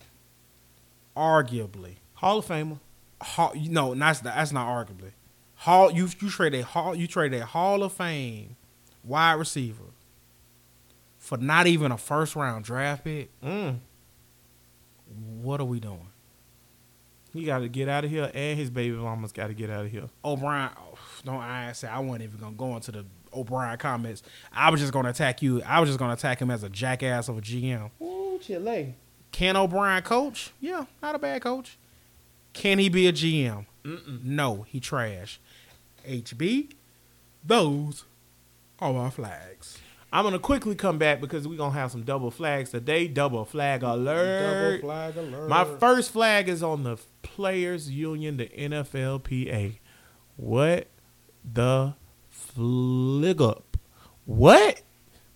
Arguably, Hall of Famer. Hall, you- no, that's that's not arguably. Hall, you you traded Hall, you traded Hall of Fame wide receiver for not even a first round draft pick. Mm. What are we doing? He got to get out of here, and his baby mama's got to get out of here. O'Brien. Oh, no, I ain't say I wasn't even gonna go into the O'Brien comments. I was just gonna attack you. I was just gonna attack him as a jackass of a GM. Ooh, Chile. Can O'Brien coach? Yeah, not a bad coach. Can he be a GM? No, he trash. HB, those are my flags. I'm gonna quickly come back because we're gonna have some double flags today. Double flag alert. flag alert. My first flag is on the Players Union, the NFLPA. What the flig up? What?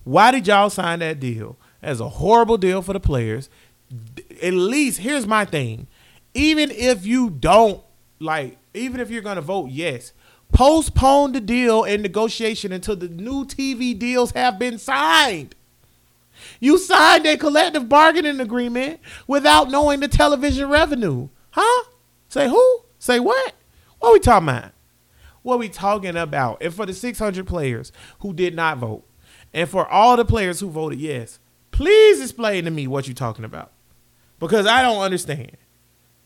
Why did y'all sign that deal? That's a horrible deal for the players. D- At least here's my thing. Even if you don't like, even if you're gonna vote yes, postpone the deal and negotiation until the new TV deals have been signed. You signed a collective bargaining agreement without knowing the television revenue. Huh? Say who? Say what? What we talking about? What we talking about? And for the 600 players who did not vote, and for all the players who voted yes, please explain to me what you talking about. Because I don't understand.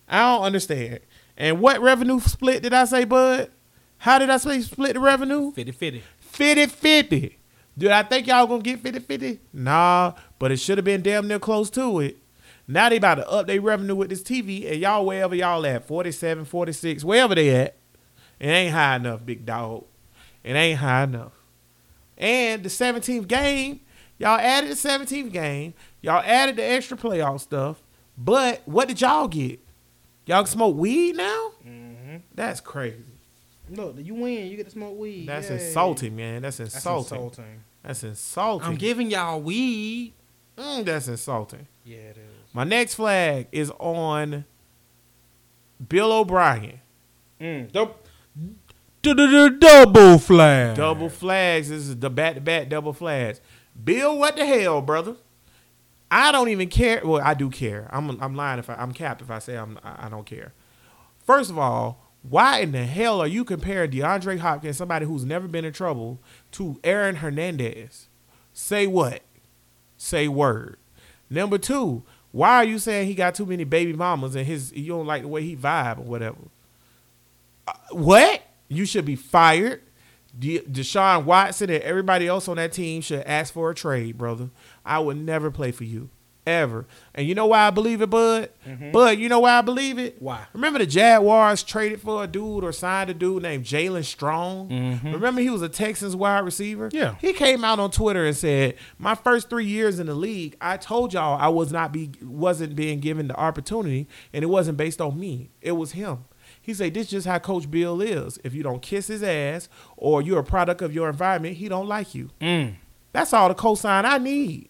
I don't understand. And what revenue split did I say, bud? How did I say split the revenue? 50 50. 50 50. Dude, I think y'all gonna get 50 50. Nah, but it should have been damn near close to it. Now they about to up their revenue with this TV, and y'all, wherever y'all at, 47, 46, wherever they at, it ain't high enough, big dog. It ain't high enough. And the 17th game, Y'all added the 17th game. Y'all added the extra playoff stuff. But what did y'all get? Y'all can smoke weed now? That's crazy. Mm-hmm. Look, you win. You get to smoke weed. That's Yay. insulting, man. That's That's insulting. insulting. That's insulting. I'm giving y'all weed. Mm, that's insulting. Yeah, it is. My next flag is on Bill O'Brien. Mm, dub- double flag. Double flags. This is the back to back double flags. Bill, what the hell, brother? I don't even care. Well, I do care. I'm I'm lying if I, I'm capped if I say I'm I I don't care. First of all, why in the hell are you comparing DeAndre Hopkins, somebody who's never been in trouble, to Aaron Hernandez? Say what? Say word. Number two, why are you saying he got too many baby mamas and his you don't like the way he vibe or whatever? Uh, what? You should be fired. De- Deshaun Watson and everybody else on that team should ask for a trade, brother. I would never play for you. Ever. And you know why I believe it, Bud? Bud, you know why I believe it? Why? Remember the Jaguars traded for a dude or signed a dude named Jalen Strong? Mhm. Remember he was a Texans wide receiver? Yeah. He came out on Twitter and said, "My first three years in the league, I told y'all I was not be wasn't being given the opportunity, and it wasn't based on me. It was him." He said, "This is just how Coach Bill is. If you don't kiss his ass, or you're a product of your environment, he don't like you." Mm. That's all the cosign I need.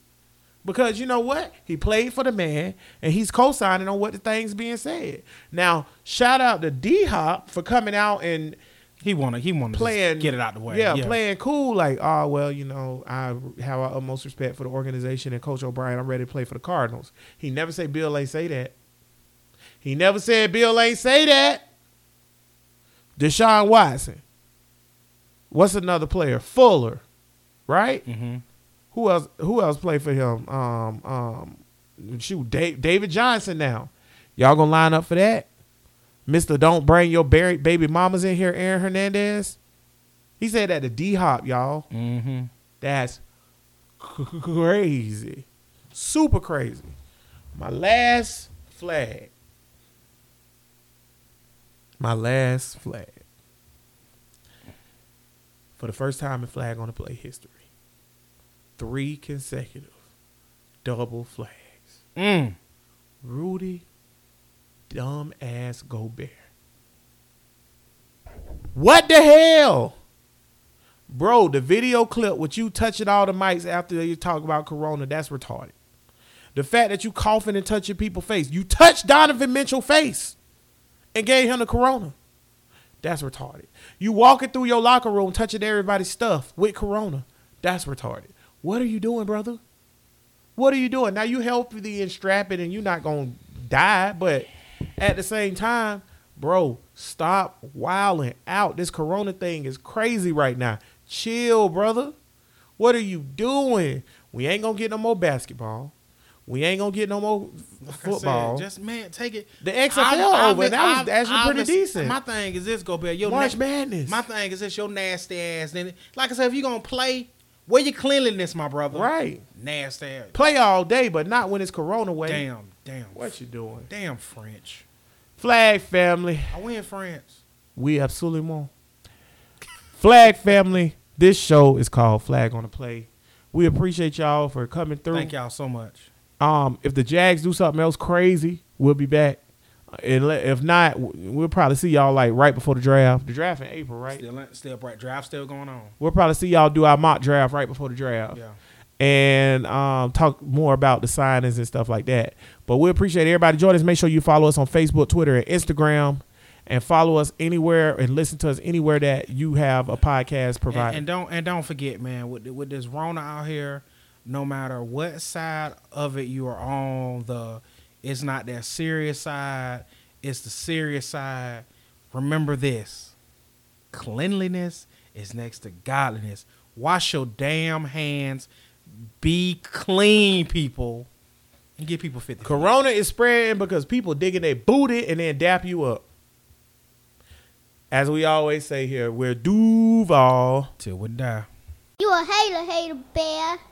Because you know what? He played for the man and he's co-signing on what the things being said. Now, shout out to D Hop for coming out and He wanna he wanna playing just get it out the way. Yeah, playing cool. Like, oh well, you know, I have our utmost respect for the organization and Coach O'Brien. I'm ready to play for the Cardinals. He never say Bill ain't say that. He never said Bill ain't say that. Deshaun Watson. What's another player? Fuller, right? Mm-hmm. Who else? Who else played for him? Um, um, shoot, Dave, David Johnson. Now, y'all gonna line up for that, Mister? Don't bring your bar- baby mamas in here, Aaron Hernandez. He said that to D Hop, y'all. Mm-hmm. That's crazy, super crazy. My last flag. My last flag. For the first time in flag on the play history, three consecutive double flags. Mm. Rudy, dumb ass Gobert. What the hell? Bro, the video clip with you touching all the mics after you talk about corona, that's retarded. The fact that you coughing and touching people's face, you touched Donovan Mitchell's face and gave him the corona. That's retarded. You walking through your locker room touching everybody's stuff with corona. That's retarded. What are you doing, brother? What are you doing? Now you healthy and strapping and you're not gonna die, but at the same time, bro, stop wilding out. This corona thing is crazy right now. Chill, brother. What are you doing? We ain't gonna get no more basketball. We ain't gonna get no more Like I football. said, just man, take it. The XFL I've- over. I've- That was I've- actually I've- pretty decent. My thing is this, Gobert. Your March na- Madness. My thing is this. Your nasty ass. Then, like I said, if you gonna play, where your cleanliness, my brother? right. Nasty ass. Play all day, but not when it's corona way. Damn, damn. What you doing? Damn French. Flag family. I win France. We absolutely won't. Flag family. This show is called Flag on the Play. We appreciate y'all for coming through. Thank y'all so much. Um, if the Jags do something else crazy, we'll be back. And le- if not, w- we'll probably see y'all like right before the draft. The draft in April, right? Still, still bright. Draft still going on. We'll probably see y'all do our mock draft right before the draft. Yeah. and um, talk more about the signings and stuff like that. But we appreciate everybody. Join us. Make sure you follow us on Facebook, Twitter, and Instagram, and follow us anywhere and listen to us anywhere that you have a podcast And, provided. and don't and don't forget, man. With with this Rona out here, no matter what side of it you are on, the it's not that serious side. It's the serious side. Remember this: cleanliness is next to godliness. Wash your damn hands. Be clean, people, and get people fifty. Corona is spreading because people digging their booty and then dap you up. As we always say here, we're Duval. Till we die. You a hater, hater bear.